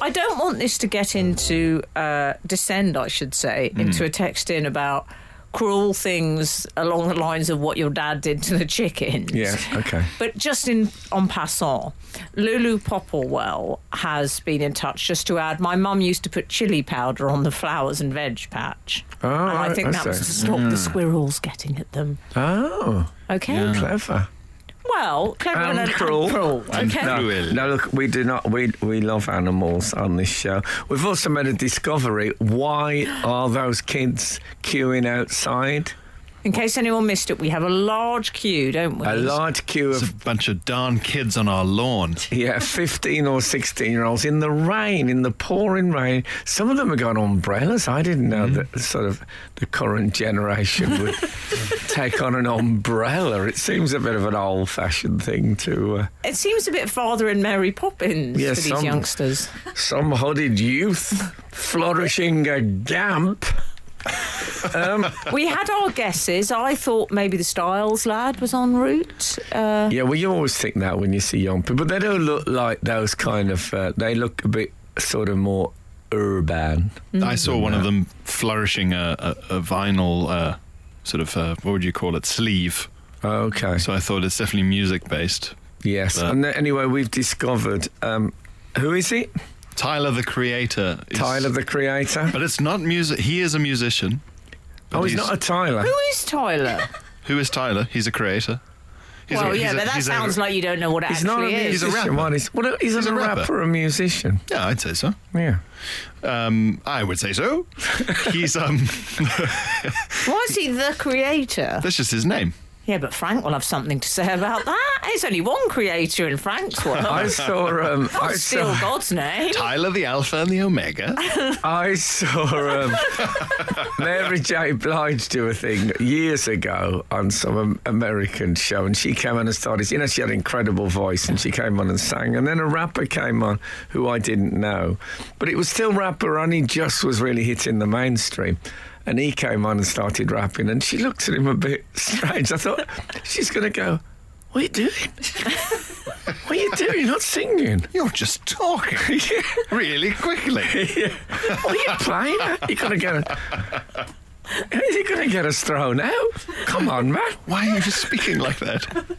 S5: I don't want this to get into uh, descend, I should say,
S3: Hmm.
S5: into a text in about cruel things along the lines of what your dad did to the chickens.
S3: Yeah, okay.
S5: But just in en passant, Lulu Popplewell has been in touch just to add. My mum used to put chili powder on the flowers and veg patch,
S3: Oh,
S5: and I
S3: right,
S5: think
S3: I
S5: that was
S3: see. Hmm.
S5: to stop the squirrels getting at them.
S3: Oh,
S5: Okay,
S3: clever.
S5: well, clever
S3: And
S5: and, and
S3: cruel.
S4: And
S5: Okay,
S4: cruel.
S3: No,
S4: Cruel.
S3: no, look, we do not. We we love animals on this show. We've also made a discovery. Why are those kids queuing outside?
S5: in case anyone missed it, we have a large queue, don't we?
S3: A large queue of
S4: There's a bunch of darn kids on our lawn.
S3: Yeah, 15 or 16 year olds in the rain, in the pouring rain. Some of them have got umbrellas. I didn't know that sort of the current generation would take on an umbrella. It seems a bit of an old fashioned thing to. Uh,
S5: It seems a bit Father and Mary Poppins
S3: Yeah,
S5: for these
S3: some-
S5: youngsters.
S3: some hooded youth flourishing a gamp.
S5: we had our guesses. I thought maybe the Styles lad was en route. Uh,
S3: Yeah, well, you always think that when you see young people, but they don't look like those kind of. Uh, they look a bit sort of more urban.
S5: Mm-hmm.
S4: I saw one of them flourishing a, a, a vinyl uh, sort of uh, what would you call it sleeve.
S3: Okay.
S4: So I thought it's definitely music based.
S3: yes.
S4: but-
S3: And then, anyway, we've discovered. Um, who is it?
S4: Tyler the Creator. Is,
S3: Tyler the Creator.
S4: But it's not music. He is a musician.
S3: Oh, he's not a Tyler.
S5: Who is Tyler?
S4: Who is Tyler? He's a creator. He's
S5: well,
S4: a- he's
S5: yeah,
S4: a-
S5: but that
S4: he's a-
S5: sounds like you don't know what it
S3: He's
S5: actually
S3: not a
S5: is.
S4: He's a
S3: musician.
S4: rapper.
S3: what is- what- he's,
S4: He's
S3: a,
S4: a
S3: rapper.
S4: rapper.
S3: a musician.
S4: Yeah, I'd say so.
S3: Yeah.
S4: Um, I would say so. he's um.
S5: Why is he the creator?
S4: that's just his name.
S5: Yeah, but Frank will have something to say about that. There's only one creator in Frank's world.
S3: I
S5: I
S3: saw. Um, I
S5: can't steal
S3: saw.
S5: God's name.
S4: Tyler the Alpha and the Omega.
S3: I saw um, Mary J. Blige do a thing years ago on some Am- American show, and she came on and started. You know, she had an incredible voice, and she came on and sang. And then a rapper came on who I didn't know, but it was still rapper only just was really hitting the mainstream. And he came on and started rapping, and she looked at him a bit strange. I thought she's going to go. What are you doing? what are you doing? You're not singing.
S4: You're just talking really quickly.
S3: What are you playing? You're gonna get a, you're gonna get us thrown out. Come on, man.
S4: Why are you speaking like that?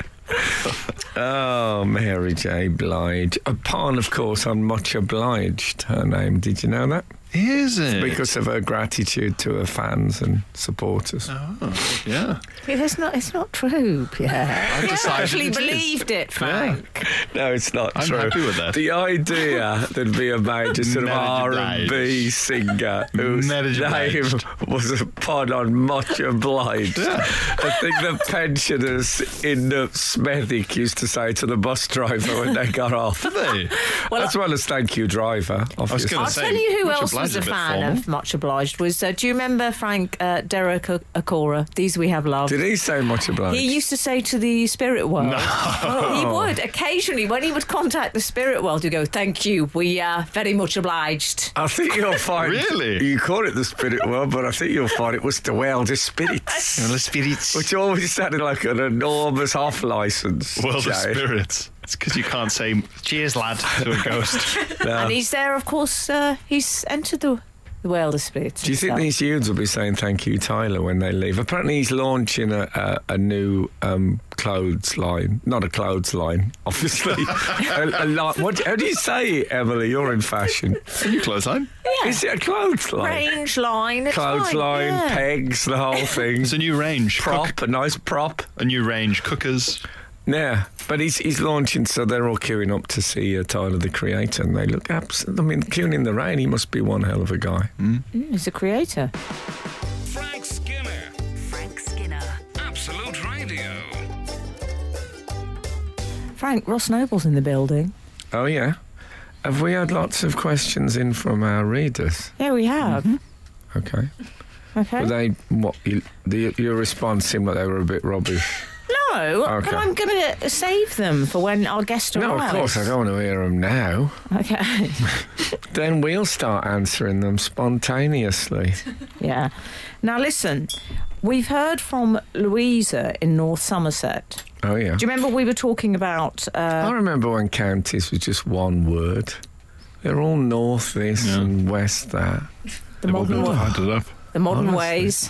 S3: Oh, Mary J. Blige. Upon, of course, I'm much obliged. Her name. Did you know that?
S4: Is it?
S3: Because of her gratitude to her fans and supporters.
S4: Oh, yeah.
S5: It's not, it's not true, Pierre.
S4: I've
S5: You
S4: decided
S5: actually
S4: it is.
S5: believed
S4: Yeah.
S5: it, Frank.
S3: No, it's not
S4: I'm
S3: true.
S4: happy with that.
S3: The idea there'd be a major sort of R
S4: Marriage
S3: and B
S4: obliged.
S3: singer whose
S4: Marriage
S3: name
S4: obliged.
S3: was a pun on much obliged. I think the pensioners in the Smethwick used to say to the bus driver when they got off.
S4: They-
S3: as well as thank you, driver. Obviously.
S4: gonna
S5: I'll
S4: say-
S5: tell you who
S4: Much
S5: else was
S4: obliged,
S5: a
S4: a bit
S5: fan
S4: formal.
S5: of Much Obliged was. Uh, do you remember Frank uh, Derek Ak- Akora? These we have loved.
S3: Did he say much obliged?
S5: He used to say to the spirit world. He would occasionally, when he would contact the spirit world, he'd go, "Thank you, we are very much obliged."
S3: I think you'll find.
S4: Really?
S3: You call it the spirit world, but I think you'll find it was the world of spirits.
S4: Well, the spirits.
S3: Which always sounded like an enormous off license.
S4: Well, the spirits. It's because you can't say cheers, lad, to a ghost.
S5: And he's there, of course. Uh, he's entered the, the world of spirits.
S3: Do you think these youths will be saying thank you, Tyler, when they leave? Apparently, he's launching a, a, a new um, clothes line. Not a clothes line, obviously. a, a li- what, how do you say it, Emily? You're in fashion.
S4: Can you close line?
S3: Is it a clothes line?
S5: range line? It's
S3: Clothes
S5: fine,
S3: line,
S5: yeah.
S3: pegs, the whole thing.
S4: It's a new range. Cook-
S3: prop, a nice prop.
S4: a new range. Cookers.
S3: Yeah, but he's he's launching, so they're all queuing up to see uh, Tyler the Creator, and they look absolutely. I mean, queuing in the rain, he must be one hell of a guy.
S5: Mm, he's a creator.
S1: Frank Skinner.
S2: Frank Skinner.
S1: Absolute Radio.
S5: Frank Ross Noble's in the building.
S3: Oh yeah, have we had lots of questions in from our readers?
S5: Yeah, we have.
S3: Okay,
S5: Okay.
S3: were they what? You, the, your response seemed like they were a bit rubbish.
S5: No,
S3: Okay.
S5: but I'm going to save them for when our guest
S3: no,
S5: arrives.
S3: of course I don't want to hear them now.
S5: Okay.
S3: Then we'll start answering them spontaneously.
S5: yeah. Now listen, we've heard from Louisa in North Somerset.
S3: Oh yeah,
S5: Do you remember we were talking about?
S3: I
S5: Uh,
S3: remember when counties was just one word. They're all north this
S4: Yeah.
S3: and west that.
S5: The
S4: They've all
S5: modern
S4: been
S5: wo-
S4: divided up.
S5: the modern
S3: Honestly.
S5: ways.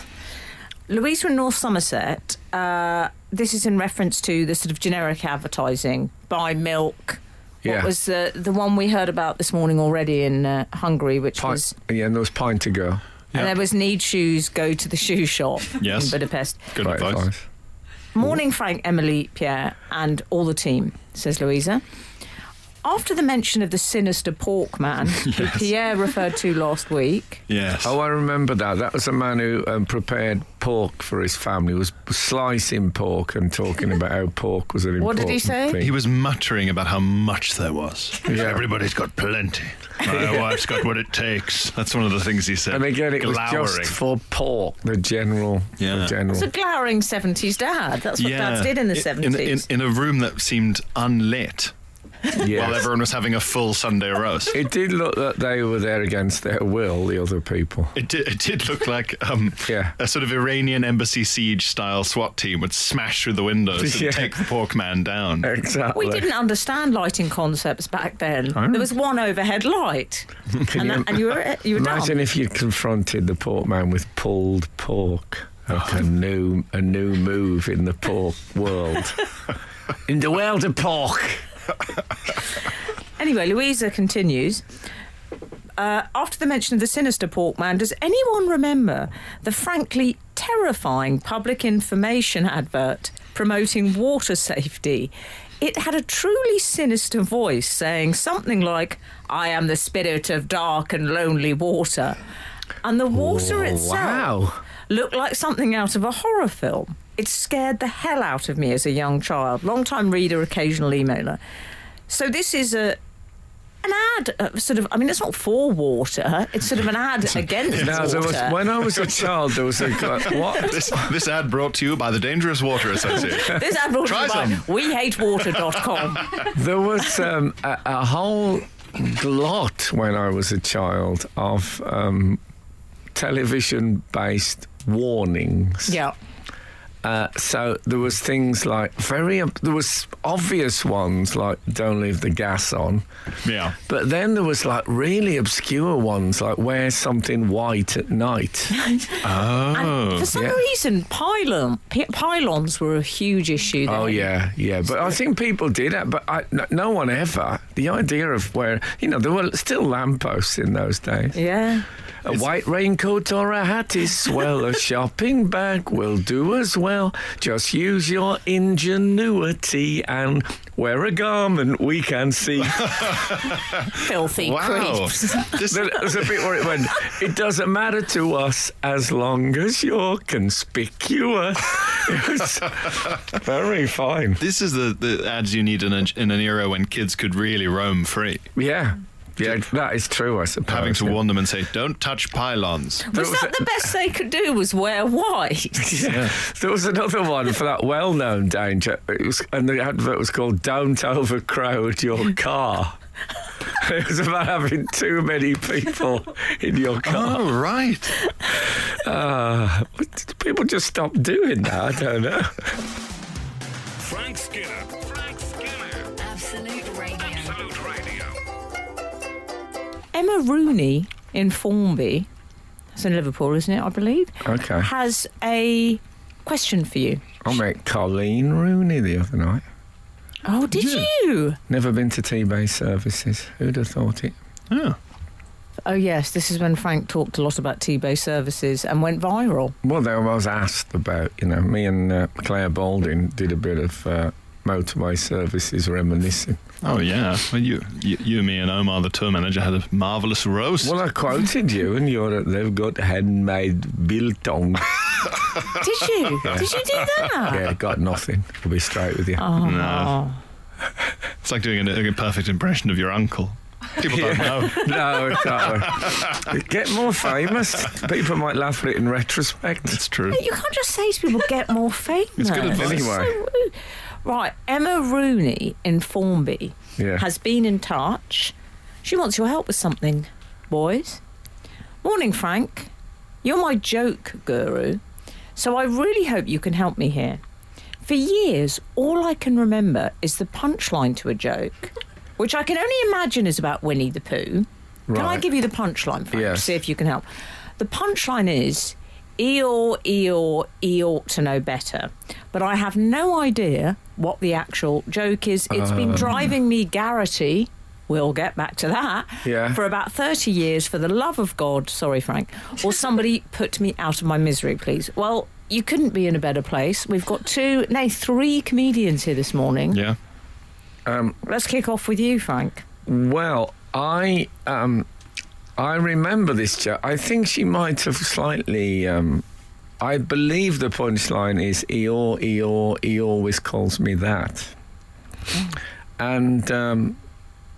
S5: Louisa in North Somerset. Uh, this is in reference to the sort of generic advertising buy milk.
S3: Yeah.
S5: What was the the one we heard about this morning already in uh, Hungary, which was
S3: Pint, yeah, and there was pint to go.
S5: and there was need shoes go to the shoe shop
S4: Yes.
S5: in Budapest.
S4: Good
S3: Right,
S4: advice.
S3: advice.
S5: Morning, Frank, Emily, Pierre, and all the team, says Louisa. After the mention of the sinister pork man, who Pierre referred to last week,
S4: Yes.
S3: Oh, I remember that. That was a man who um, prepared pork for his family. Was slicing pork and talking about how pork was an
S5: What
S3: important
S5: did he say?
S3: thing.
S4: He was muttering about how much there was.
S3: Yeah.
S4: Everybody's got plenty. My wife's got what it takes. That's one of the things he said.
S3: and again, it was just for pork. The general, the
S4: Yeah.
S3: general.
S5: it's a glowering 70s dad. That's what dads did in the 70s.
S4: In, in, in a room that seemed unlit
S3: Yes.
S4: while everyone was having a full Sunday roast.
S3: it did look that they were there against their will, the other people.
S4: It did, it did look like um,
S3: Yeah.
S4: a sort of Iranian embassy siege style SWAT team would smash through the windows and
S3: Yeah.
S4: take the pork man down.
S3: Exactly.
S5: we didn't understand lighting concepts back then.
S4: know.
S5: There was one overhead light, and, that, and you were you were
S3: Imagine
S5: done.
S3: if you confronted the pork man with pulled pork. Like a new a new move in the pork world. in the world of pork.
S5: Anyway, Louisa continues. uh, after the mention of the sinister Porkman, does anyone remember the frankly terrifying public information advert promoting water safety? It had a truly sinister voice saying something like, I am the spirit of dark and lonely water. And the water itself
S6: wow.
S5: looked like something out of a horror film. It scared the hell out of me as a young child, long time reader, occasional emailer. So this is a an ad, uh, sort of. I mean, it's not for water. It's sort of an ad against
S3: Now,
S5: water.
S3: there was, when I was a child, there was a what?
S4: This, this ad brought to you by the Dangerous Water Association.
S5: this ad brought to
S4: Try
S5: you by
S4: some.
S5: wehatewater.com.
S3: There was um, a, a whole lot when I was a child of um, television-based warnings.
S5: yeah.
S3: Uh, so there was things like very there was obvious ones like don't leave the gas on,
S4: yeah.
S3: but then there was like really obscure ones like wear something white at night.
S4: Oh,
S5: And for some
S3: Yeah.
S5: reason, pylon, p- pylons were a huge issue there.
S3: Oh yeah, yeah. But I think people did that. But I, no, no one ever. The idea of where you know there were still lampposts in those days.
S5: Yeah.
S3: A white raincoat or a hat is swell. a shopping bag will do as well. Just use your ingenuity and wear a garment we can see.
S5: Filthy
S4: Wow.
S5: creeps.
S4: This,
S3: There- There's a bit where it went. It doesn't matter to us as long as you're conspicuous. It was very fine.
S4: this is the, the ads you need in, a, in an era when kids could really roam free.
S3: Yeah. Yeah, that is true, I suppose.
S4: Having to
S3: yeah.
S4: warn them and say, don't touch pylons.
S5: Was
S3: was
S5: that
S3: a-
S5: the best they could do? Was wear white?
S3: Yeah. There was another one for that well known danger. It was, and the advert was called Don't Overcrowd Your Car. it was about having too many people in your car.
S4: Oh, right.
S3: Uh, did people just stop doing that? I don't know.
S1: Frank Skinner. Frank Skinner.
S2: Absolute Radio.
S1: Absolute Radio.
S5: Emma Rooney in Formby, it's in Liverpool, isn't it? I believe.
S3: Okay.
S5: Has a question for you.
S3: I met Colleen Rooney the other night.
S5: Oh, did you?
S3: Never been to T Bay services. Who'd have thought it?
S4: Oh.
S5: Oh yes, this is when Frank talked a lot about T-Bay services and went viral.
S3: Well, there was asked about, you know, me and uh, Claire Baldwin did a bit of uh, motorway services reminiscing.
S4: Oh yeah, well, you, you, you, me, and Omar, the tour manager, had a marvelous roast.
S3: Well, I quoted you, and you're they've got handmade biltong.
S5: Did you? Did you do that?
S3: yeah, got nothing. I'll be straight with you.
S5: Oh.
S4: No. it's like doing a, a perfect impression of your uncle. People don't know.
S3: No, exactly. Get more famous. People might laugh at it in retrospect.
S4: It's true.
S5: You can't just say to people, get more famous.
S4: It's good advice.
S3: Anyway.
S5: So rude. right, Emma Rooney in Formby
S3: Yeah.
S5: has been in touch. She wants your help with something, boys. Morning, Frank. You're my joke guru, so I really hope you can help me here. For years, all I can remember is the punchline to a joke, which I can only imagine is about Winnie the Pooh. Can I
S3: Right.
S5: give you the punchline, Frank?
S3: Yes.
S5: See if you can help. The punchline is Eeyore, Eeyore, E ought to know better. But I have no idea what the actual joke is. It's been
S3: Um.
S5: driving me garrity. We'll get back to that.
S3: Yeah.
S5: For about 30 years, for the love of God, sorry, Frank, or somebody put me out of my misery, please. Well, you couldn't be in a better place. We've got two, nay, three comedians here this morning.
S4: Yeah.
S5: Let's kick off with you, Frank.
S3: Well, I um, I remember this joke. I think she might have slightly. Um, I believe the punchline is Eeyore, Eeyore, he always calls me that. And um,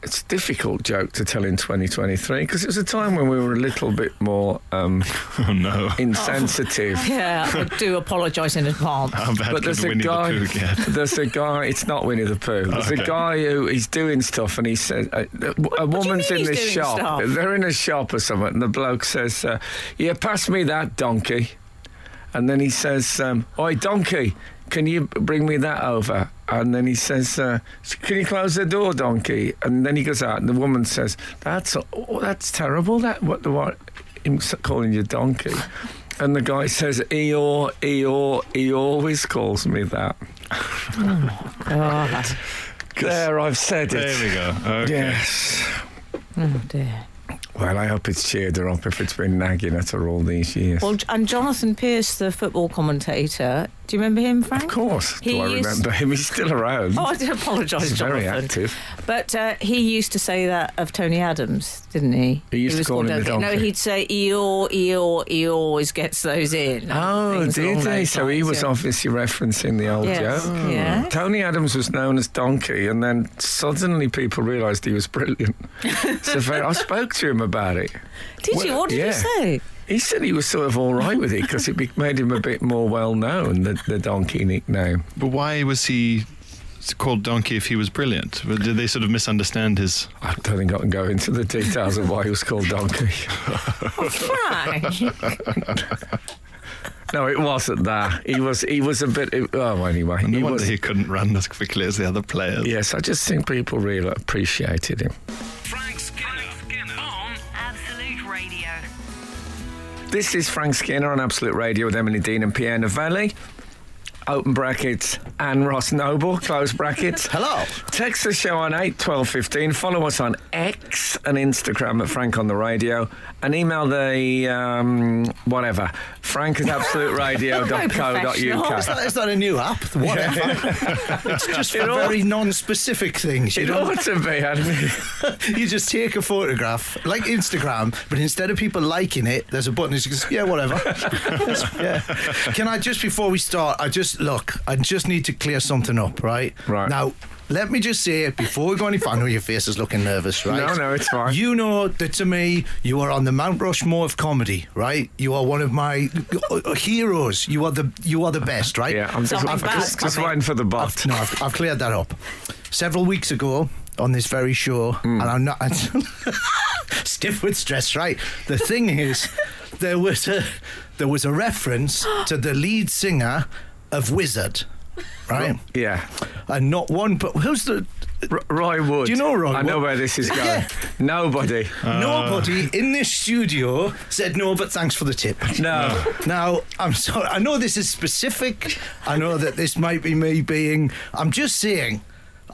S3: it's a difficult joke to tell in 2023 because it was a time when we were a little bit more um,
S4: Oh no.
S3: insensitive.
S5: Yeah, I do apologise in advance.
S4: How bad
S3: But
S4: could
S3: there's a
S4: Winnie
S3: guy.
S4: the Pooh get?
S3: There's a guy. It's not Winnie the Pooh. There's
S4: Okay.
S3: a guy who he's doing stuff, and he says uh, a, a woman's
S5: mean
S3: in
S5: he's
S3: this
S5: doing
S3: shop.
S5: stuff?
S3: They're in a shop or something, and the bloke says, uh, "Yeah, pass me that donkey," and then he says, um, "Oi, donkey, can you bring me that over?" And then he says, uh, "Can you close the door, donkey?" And then he goes out, and the woman says, "That's oh, that's terrible. That what the what him s- calling you donkey." And the guy says, Eeyore, Eeyore, he always calls me that. Oh,
S5: God.
S3: There, I've said
S4: There
S3: it.
S4: we go. Okay.
S3: Yes.
S5: Oh dear.
S3: Well, I hope it's cheered her up if it's been nagging at her all these years.
S5: Well, and Jonathan Pierce, the football commentator, do you remember him, Frank?
S3: of course,
S5: He
S3: do I
S5: used-
S3: remember him? He's still around.
S5: Oh, I do apologise,
S3: He's
S5: Jonathan.
S3: very active.
S5: But uh, he used to say that of Tony Adams, didn't he?
S3: He used to
S5: was
S3: call
S5: called
S3: him the
S5: No,
S3: donkey.
S5: he'd say Eeyore, Eeyore, He always gets those in. and
S3: Oh,
S5: things
S3: did
S5: along
S3: he?
S5: those
S3: So he
S5: lines,
S3: was
S5: yeah.
S3: obviously referencing the old
S5: Yes,
S3: joke.
S5: yes.
S3: Hmm. Tony Adams was known as Donkey, and then suddenly people realised he was brilliant. so very, I spoke to him about it.
S5: Did you?
S3: Well,
S5: What did
S3: yeah.
S5: you say?
S3: He said he was sort of all right with it because it be- made him a bit more well known, the, the Donkey nickname.
S4: But why was he called Donkey if he was brilliant? Did they sort of misunderstand his?
S3: I don't think I can go into the details of why he was called Donkey.
S5: Oh, Frank.
S3: No, it wasn't that. He was he was a bit. Oh, anyway.
S4: No
S3: he
S4: wonder
S3: was,
S4: he couldn't run as quickly as the other players.
S3: yes, I just think people really appreciated him.
S1: Frank Skinner, on
S2: Absolute Radio.
S3: This is Frank Skinner on Absolute Radio with Emily Dean and Pierre Novelli. Open brackets and Ross Noble, close brackets.
S4: Hello.
S3: Text the show on 8 12 15. Follow us on X and Instagram at Frank on the Radio and email the um, whatever. Frank at
S5: Professional.
S6: It's
S3: absoluteradio.co.uk.
S6: not, it's not a new app, whatever. it's just for
S3: It all-
S6: very non specific things. You,
S3: It
S6: don't,
S3: ought to be. I mean,
S6: you just take a photograph, like Instagram, but instead of people liking it, there's a button that just goes, yeah, whatever. It's- yeah. Can I just, before we start, I just, look, I just need to clear something up, right?
S3: Right.
S6: Now, let me just say, before we go any further, I know your face is looking nervous, right?
S3: No, no, it's fine.
S6: You know that to me, you are on the Mount Rushmore of comedy, right? You are one of my uh, heroes. You are the you are the best, right?
S3: yeah, I'm just,
S5: Something
S3: I'm
S5: bad's
S3: just, just
S5: coming.
S3: waiting for the bot.
S6: I've, no, I've, I've cleared that up. Several weeks ago on this very show, and I'm not stiff with stress. Right. The thing is, there was a there was a reference to the lead singer of Wizard, right?
S3: Yeah.
S6: And not one, but who's the
S3: R- Roy Wood.
S6: Do you know Roy
S3: I know
S6: Wood?
S3: where this is going.
S6: Yeah.
S3: Nobody.
S6: nobody in this studio said no, but thanks for the tip.
S3: No.
S6: Now, I'm sorry. I know this is specific. I know that this might be me being. I'm just saying.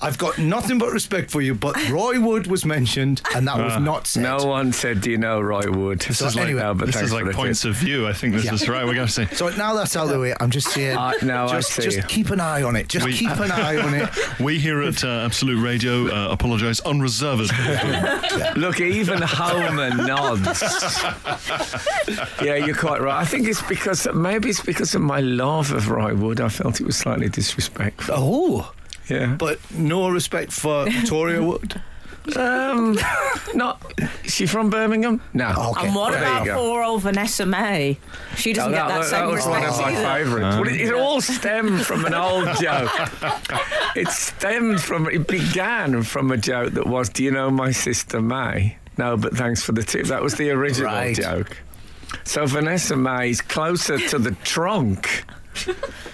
S6: I've got nothing but respect for you, but Roy Wood was mentioned, and that was not said.
S3: No one said, "Do you know Roy Wood?" This
S6: is like-
S3: no, but
S4: This
S3: thanks
S4: is like
S3: for the
S4: points
S3: tip.
S4: of view. I think this
S6: Yeah.
S4: is right. We're going to say
S6: So now that's out of the way. I'm just saying.
S3: Uh, no, I
S6: just,
S3: see.
S6: just keep an eye on it. Just
S4: We-
S6: keep an eye on it.
S4: we here at uh, Absolute Radio uh, apologise unreservedly.
S3: Look, even Homer nods. yeah, you're quite right. I think it's because maybe it's because of my love of Roy Wood. I felt it was slightly disrespectful.
S6: Oh,
S3: Yeah,
S6: but no respect for Victoria Wood.
S3: um, not. Is she from Birmingham? No.
S6: Okay.
S5: and what
S3: There you
S5: about
S3: go. Oh,
S5: poor old Vanessa May? She doesn't get that,
S3: was-
S5: same
S3: was one
S5: respect
S3: of my
S5: either.
S3: favourites. Well, it, it all stemmed from an old joke. It stemmed from, it began from a joke that was, Do you know my sister May? No, but thanks for the tip. That was the original
S6: Right.
S3: joke. So Vanessa May's closer to the trunk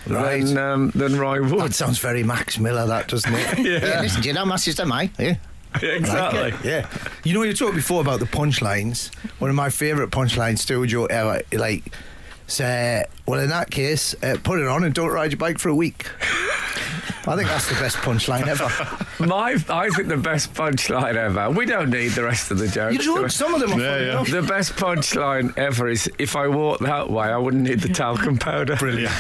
S6: Right.
S3: than, um, than Roy Wood.
S6: That sounds very Max Miller, that doesn't it? yeah. Listen, do you know my sister May? Yeah.
S3: exactly.
S6: Yeah. You know, you talked before about the punchlines. One of my favourite punchlines, Still Joe ever, like, say, well, in that case, uh, put it on and don't ride your bike for a week. I think that's the best punchline ever.
S3: My, I think the best punchline ever. We don't need the rest of the jokes.
S6: You
S3: do we?
S6: don't, some of them are
S4: Yeah,
S6: funny
S4: yeah.
S6: enough.
S3: The best punchline ever is if I walked that way, I wouldn't need the talcum powder. Brilliant.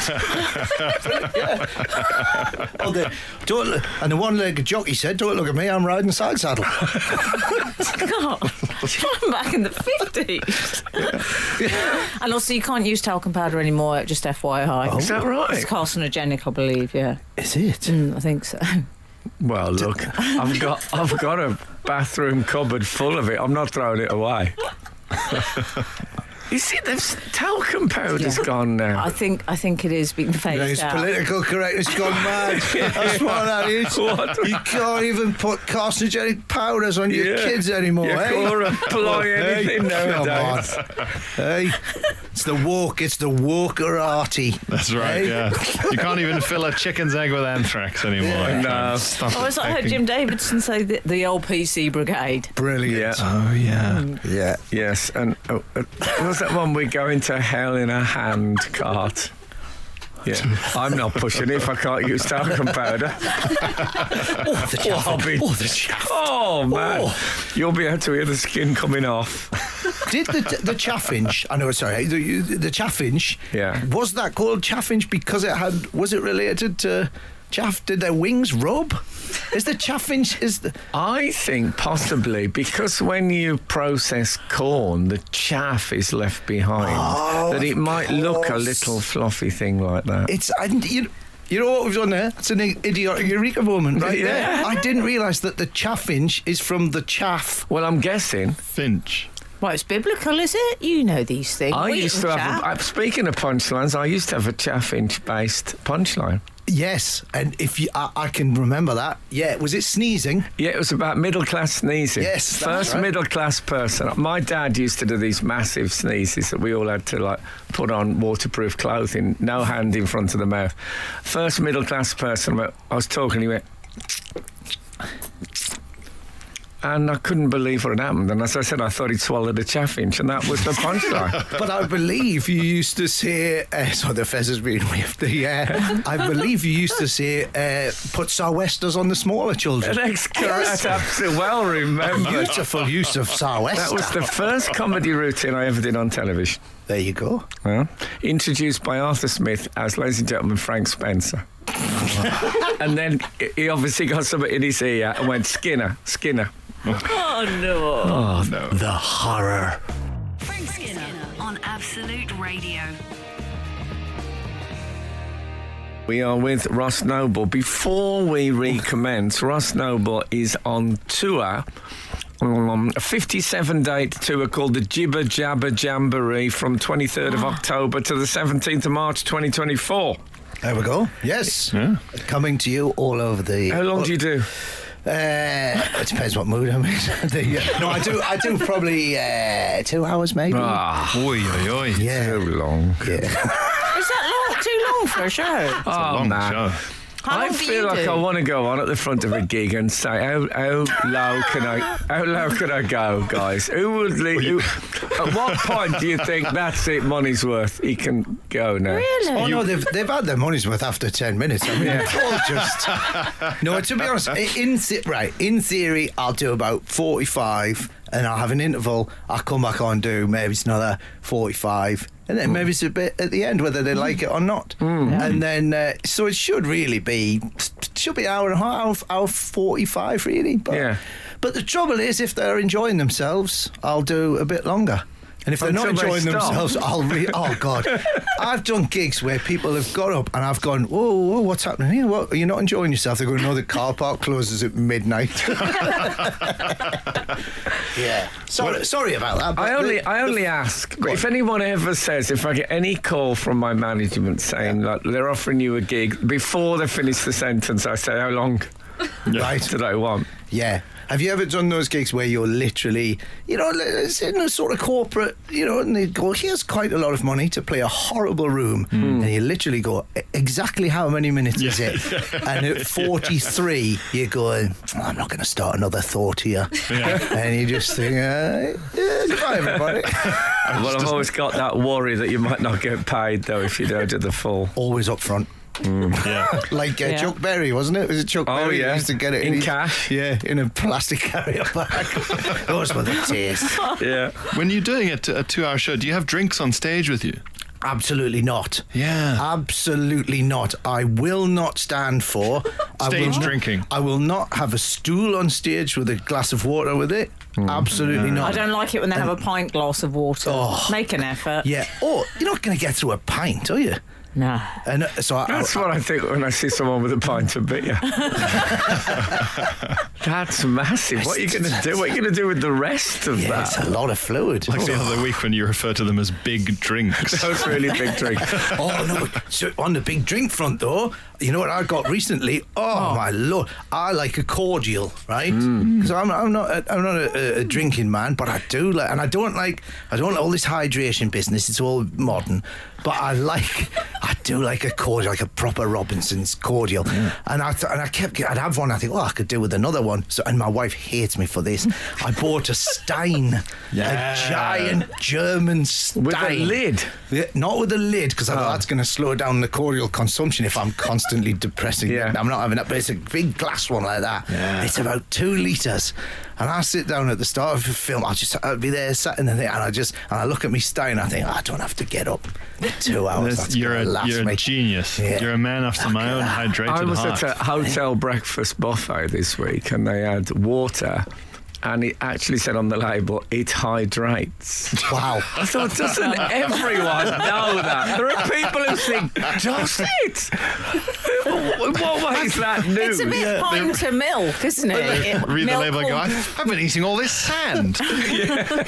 S6: Oh, the, don't look, and the one-legged jockey said, don't look at me, I'm riding side saddle.
S5: God, I'm back in the 50s. and also, you can't use talcum powder anymore, just FYI.
S3: Oh, Is that right?
S5: It's carcinogenic, I believe, yeah.
S6: Is it?
S5: Mm, I think so.
S3: Well, look, I've got I've got a bathroom cupboard full of it. I'm not throwing it away. you see, the s- talcum powder's
S5: Yeah.
S3: gone now.
S5: I think I think it is being phased
S6: Yeah, it's
S5: out.
S6: political correctness gone mad. That's what that is.
S3: What?
S6: You can't even put carcinogenic powders on your
S3: Yeah.
S6: kids anymore,
S3: You
S6: eh?
S3: can't employ anything
S6: come
S3: nowadays.
S6: on. hey, it's the walk. It's the walker arty.
S4: That's right.
S6: Hey?
S4: Yeah, you can't even fill a chicken's egg with anthrax anymore.
S3: No.
S4: Stop
S5: Oh,
S4: it.
S5: it's like I heard
S4: Thank you.
S5: Jim Davidson say the, the old PC brigade.
S6: Brilliant.
S3: Yeah. oh,
S4: Oh yeah.
S6: Yeah.
S3: Yes, and uh, uh, what was that one we go into hell in a hand cart? Yeah, I'm not pushing it if I can't use talcum powder.
S6: Oh, the chaff.
S3: I'll be-
S6: Oh, the chaff.
S3: Oh man,
S6: Oh.
S3: you'll be able to hear the skin coming off.
S6: Did the the chaffinch? I know, sorry, the, the chaffinch.
S3: Yeah.
S6: Was that called chaffinch because it had? Was it related to chaff? Did their wings rub? Is the chaffinch? Is the
S3: I think possibly because when you process corn, the chaff is left behind.
S6: Oh,
S3: that it
S6: of
S3: might look a
S6: course.
S3: little fluffy thing like that.
S6: It's I didn't you. You know what we've done there? It's an idiotic eureka moment right there. I didn't realise that the chaffinch is from the chaff.
S3: well, I'm guessing.
S4: Finch.
S5: Well, it's biblical, is it? You know these things.
S3: I
S5: We
S3: used to
S5: can
S3: have.
S5: chat.
S3: A, I- speaking of punchlines, I used to have a chaffinch-based punchline.
S6: Yes, and if you, I, I can remember that. Yeah, was it sneezing?
S3: Yeah, it was about middle class sneezing.
S6: Yes, that's
S3: first
S6: right.
S3: middle class person. My dad used to do these massive sneezes that we all had to like put on waterproof clothing, no hand in front of the mouth. First middle class person. went- I was talking. He went. And I couldn't believe what had happened. And as I said, I thought he'd swallowed a chaffinch, and that was the punchline.
S6: But I believe you used to say. Uh, so the fez has been with the. Uh, I believe you used to say, uh, "Put sou'westers on the smaller children."
S3: That's absolutely well remembered.
S6: Beautiful use of sou'wester.
S3: That was the first comedy routine I ever did on television.
S6: there you go.
S3: Well, introduced by Arthur Smith as, ladies and gentlemen, Frank Spencer. and then he obviously got something in his ear and went, Skinner, Skinner.
S6: The horror.
S2: Frank Skinner on Absolute Radio.
S3: We are with Ross Noble. Before we recommence, Ross Noble is on tour. Um, a 57 date tour called the Jibber Jabber Jamboree from 23rd of October to the 17th of March 2024.
S6: There we go. Yes. Coming to you all over the.
S3: How long do you do?
S6: Uh, it depends what mood I'm in. The, uh, no, I do. I do probably uh, two hours, maybe.
S3: Ah,
S4: Oi, oi, oi.
S3: so
S6: yeah.
S3: long.
S6: yeah.
S5: Is that long, too long for a show?
S3: Oh,
S4: Long
S3: nah.
S4: show.
S5: How
S3: I
S5: long do
S3: feel
S5: you
S3: like
S5: do?
S3: I want to go on at the front of a gig and say, "How, how low can I? How low can I go, guys? Who would leave? Who, at what point do you think that's it? Money's worth. He can go now."
S6: Oh
S5: Really?
S6: no, they've they've had their money's worth after ten minutes. I mean, it's all just. No, to be honest, i- in the- right in theory, I'll do about forty-five, and I'll have an interval. I'll come back on, do maybe it's another forty-five, and then maybe it's a bit at the end, whether they like it or not. And then, uh, so it should really be should be hour and a half, hour, hour forty-five, really. But,
S3: Yeah.
S6: But the trouble is, if they're enjoying themselves, I'll do a bit longer. And if they're not
S3: Until they
S6: enjoying
S3: stop.
S6: themselves, I'll re- oh god, I've done gigs where people have got up and I've gone, whoa, whoa, what's happening here? What, you're not enjoying yourself. They're going, no, the car park closes at midnight. yeah, sorry, sorry about that. but
S3: I only,
S6: the-
S3: I only ask if anyone ever says, if I get any call from my management saying like they're offering you a gig before they finish the sentence, I say, "How long
S6: right,
S3: do they want?"
S6: yeah. Have you ever done those gigs where you're literally, you know, it's in a sort of corporate, you know, and they go, here's quite a lot of money to play a horrible room,
S3: Hmm.
S6: and you literally go, "E- exactly how many minutes is it? And at 43, you're going, I'm not going to start another thought here. And you just think, uh, yeah, goodbye, everybody.
S3: Well, I've always got that worry that you might not get paid though if you don't do the full.
S6: Always up front.
S4: Yeah.
S6: Like uh,
S5: Yeah.
S6: Chuck Berry, wasn't it? Was it Chuck
S3: Oh,
S6: Berry that
S3: yeah.
S6: used to get it
S3: In
S6: his-
S3: cash.
S6: Yeah, in a plastic carrier bag. Those were the days.
S3: Yeah.
S4: When you're doing a, t- a two hour show, do you have drinks on stage with you?
S6: Absolutely not.
S4: Yeah.
S6: Absolutely not. I will not stand for I will
S4: Stage
S6: not-
S4: drinking.
S6: I will not have a stool on stage with a glass of water with it. Absolutely
S5: I
S6: not.
S5: don't like it when they have a pint glass of water.
S6: Oh.
S5: Make an effort.
S6: Yeah. Or you're not going to get through a pint, are you?
S5: No.
S6: And uh, so I,
S3: That's
S6: I,
S3: what I think when I see someone with a pint of beer. That's massive. What are you going to do? What are you going to do with the rest of
S6: yeah, it's
S3: that?
S6: a lot of fluid.
S4: Like the other week when you refer to them as big drinks.
S3: That was really big drink.
S6: oh no! So on the big drink front, though, you know what I got recently? Oh, my lord! I like a cordial, right?
S3: Hmm.
S6: Because I'm, I'm not a, I'm not a, a- a drinking man, but I do like, and I don't like I don't like all this hydration business. It's all modern. but I like, I do like a cordial, like a proper Robinson's cordial. And I th- and I kept, get- I'd have one. I think, oh, I could do with another one. So, and my wife hates me for this. I bought a Stein,
S4: Yeah.
S6: a giant German Stein
S3: With a lid.
S6: yeah, not with a
S4: Oh.
S6: lid, because I thought that's going to slow down the cordial consumption if I'm constantly depressing.
S3: Yeah.
S6: it. I'm not having that, but it's a big glass one like that.
S3: Yeah.
S6: It's about two litres. And I sit down at the start of the film, I'll just I'll be there sat in the thing, and I just, and I look at me stay and I think, "Ah, I don't have to get up for two hours.
S4: This-
S6: That's
S4: you're a
S6: gonna last
S4: you're
S6: me.
S4: a genius.
S6: Yeah.
S4: You're a man after my own
S3: I
S4: hydrated
S3: was
S4: heart.
S3: at a hotel breakfast buffet this week and they had water and it actually said on the label, it hydrates.
S6: Wow.
S3: I thought, doesn't everyone know that? There are people who think, does it? In what way is that new?
S5: It's a bit pine to milk, isn't it? It-
S4: Read the
S5: milk
S4: label and
S5: or-
S4: go, I've, I've been eating all this sand.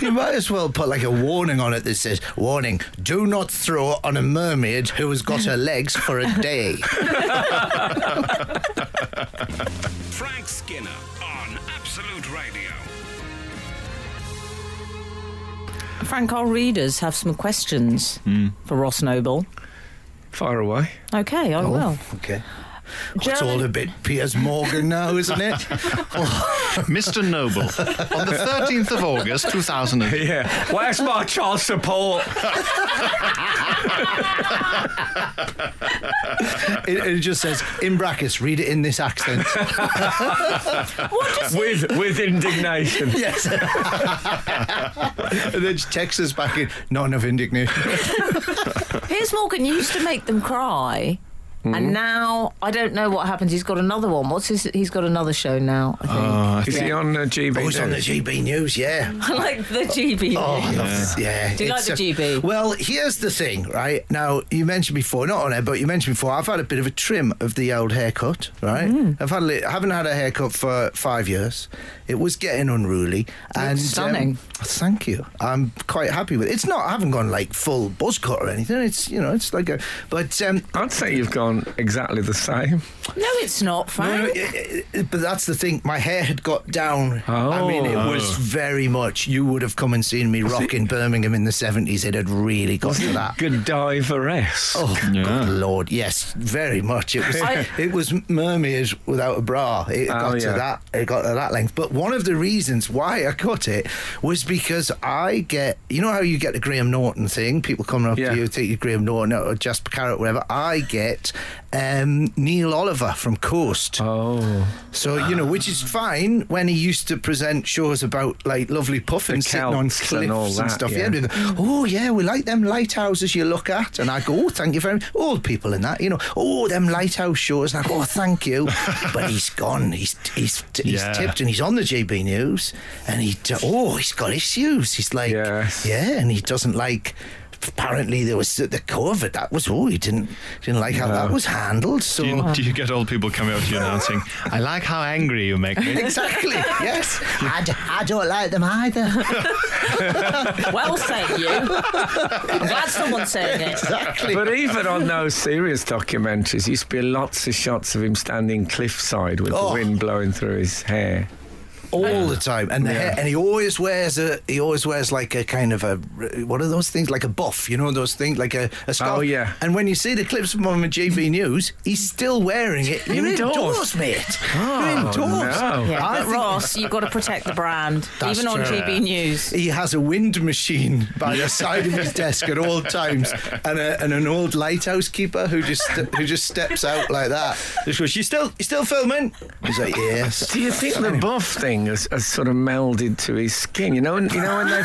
S6: you might as well put like a warning on it that says, warning, do not throw on a mermaid who has got her legs for a day.
S1: Frank Skinner on Absolute Radio.
S5: Frank, our readers have some questions
S6: Hmm.
S5: for Ross Noble.
S3: Far away.
S5: Okay,
S6: Oh,
S5: I will.
S6: okay. It's all
S5: German,
S6: a bit Piers Morgan now, isn't it?
S4: Mr. Noble, on the 13th of August, 2008.
S3: Yeah. Where's my child support?
S6: It, it just says in brackets, read it in this accent.
S5: what does
S3: with with indignation.
S6: yes. and then she texts us back in, not enough indignation.
S5: Piers Morgan used to make them cry.
S6: Hmm.
S5: And now I don't know what happens. He's got another one. What's his? He's got another show now. Oh, I think.
S3: Is he on uh, GB?
S6: Oh, it's on the GB News, yeah.
S5: I like the GB.
S6: Uh. Oh, I love this. Yeah.
S5: Do you like
S6: It's
S5: the
S6: a-
S5: GB?
S6: Well, here's the thing, right? Now, you mentioned before, not on air, but you mentioned before, I've had a bit of a trim of the old haircut, right?
S5: Mm.
S6: I've had a li- I haven't had a haircut for five years. It was getting unruly. and um,
S5: stunning.
S6: thank you. I'm quite happy with it. It's not, I haven't gone like full buzz cut or anything. It's, you know, it's like a, but um,
S3: I'd say you've gone exactly the same.
S5: No, it's not,
S6: No, no,
S5: Frank.
S6: it- it- but that's the thing. My hair had got down. I mean, it
S3: Oh.
S6: was very much. You would have come and seen me rock in Birmingham in the seventies. It had really got to that.
S3: Godiva-esque.
S6: Oh,
S4: Yeah.
S6: good lord! Yes, very much. It was.
S5: I-
S6: it was mermaid without a bra. It
S3: Oh,
S6: got
S3: yeah.
S6: to that. It got to that length. But one of the reasons why I cut it was because I get. You know how you get the Graham Norton thing. People coming up
S3: Yeah.
S6: to you, think you're Graham Norton or Jasper Carrot, whatever. I get um, Neil Oliver from Coast.
S3: Oh.
S6: So you know, which
S3: Ah.
S6: is fine when he used to present shows about like lovely puffins
S3: The
S6: sitting on
S3: Celts
S6: cliffs
S3: and
S6: and,
S3: all that,
S6: stuff.
S3: yeah.
S6: Yeah, they'd go, oh yeah, we like them lighthouses you look at, and I go, oh thank you very much. Old people and that, you know, oh them lighthouse shows, and I go, oh thank you. but he's gone. He's he's he's
S4: Yeah.
S6: tipped, and he's on the GB News, and he d- oh he's got issues. He's like
S3: Yes.
S6: yeah, and he doesn't like. Apparently there was the COVID. That was oh he didn't didn't like how that was handled. So
S4: Do you, do you get old people coming up to you announcing, I like how angry you make me?
S6: Exactly. Yes. I, d- I don't like them either.
S5: Well said, you. I'm glad someone's saying it.
S6: Exactly.
S3: But even on those serious documentaries, used to be lots of shots of him standing cliffside with the
S6: Oh.
S3: wind blowing through his hair.
S6: all the time, and the hair, and he always wears a he always wears like a kind of a what are those things like a buff, you know those things like a, a scarf.
S3: Oh, yeah.
S6: And when you see the clips from him at GB News, he's still wearing it. You're
S3: Indoors.
S6: indoors, mate. You're indoors.
S3: no.
S5: Yeah, but
S6: I think-
S5: Ross, you've got to protect the brand,
S6: That's
S5: even on
S6: true.
S5: GB News.
S6: He has a wind machine by the side of his desk at all times, and, a, and an old lighthouse keeper who just who just steps out like that. Just goes, "You still you still filming?" He's like, "Yes."
S3: Do you think the buff thing has, has sort of melded to his skin? You know, when- you know when they,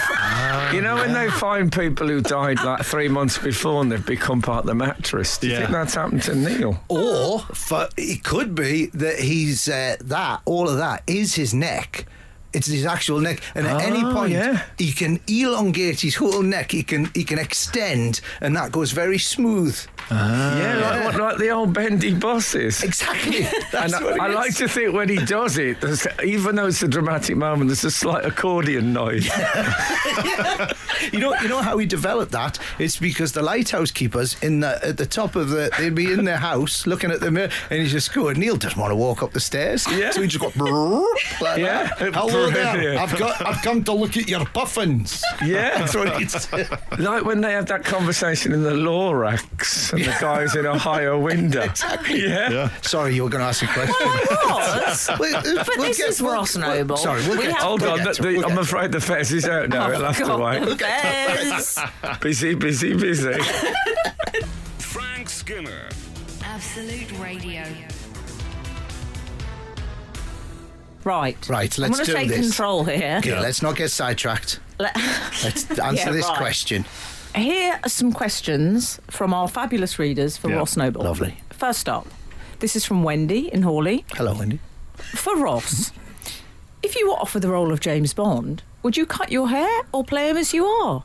S3: you know when they find people who died like three months before and they've become part of the mattress. Do you
S4: Yeah.
S3: think that's happened to Neil?
S6: Or for, it could be that he's uh, that all of that is his neck. It's his actual neck, and at any
S3: Oh,
S6: point
S3: yeah.
S6: he can elongate his whole neck. He can he can extend, and that goes very smooth.
S3: Oh, yeah, like, what- like the old bendy bosses.
S6: Exactly.
S3: And
S6: That's
S3: I,
S6: what it
S3: I
S6: is.
S3: like to think when he does it, there's, even though it's a dramatic moment, there's a slight accordion noise.
S6: You know, you know how we developed that. It's because the lighthouse keepers in the at the top of the they'd be in their house looking at the mirror, and he's just going. Neil doesn't want to walk up the stairs,
S3: Yeah.
S6: so he just got brrrr, like
S3: Yeah.
S6: that. Hello there.
S3: Brilliant.
S6: I've got. I've come to look at your puffins.
S3: Yeah.
S6: That's what it's.
S3: Like when they had that conversation in the law racks and the guy's in a higher window. Exactly. Yeah.
S4: Yeah.
S6: Sorry, you were going to ask a question.
S5: was.
S6: We-
S5: But this is Ross Noble.
S6: Sorry, we'll
S5: We
S6: get,
S5: have-
S3: Hold
S6: we'll
S3: on,
S6: get
S3: the,
S6: to it,
S3: the,
S6: we'll
S3: I'm
S6: get to Oh,
S3: afraid the fez is out now. It'll have to wait.
S5: God, Bez.
S3: Busy, busy, busy.
S1: Frank Skinner.
S2: Absolute Radio.
S5: Right.
S6: Right,
S5: I'm
S6: let's
S5: going to
S6: do
S5: take
S6: this.
S5: control here.
S6: it. Okay, let's not get sidetracked.
S5: Let-
S6: Let's answer
S5: Yeah,
S6: this
S5: right.
S6: question.
S5: Here are some questions from our fabulous readers for
S4: Yeah,
S5: Ross Noble.
S6: lovely.
S5: First up, this is from Wendy in Hawley.
S6: Hello, Wendy.
S5: For Ross, if you were offered the role of James Bond, would you cut your hair or play him as you are?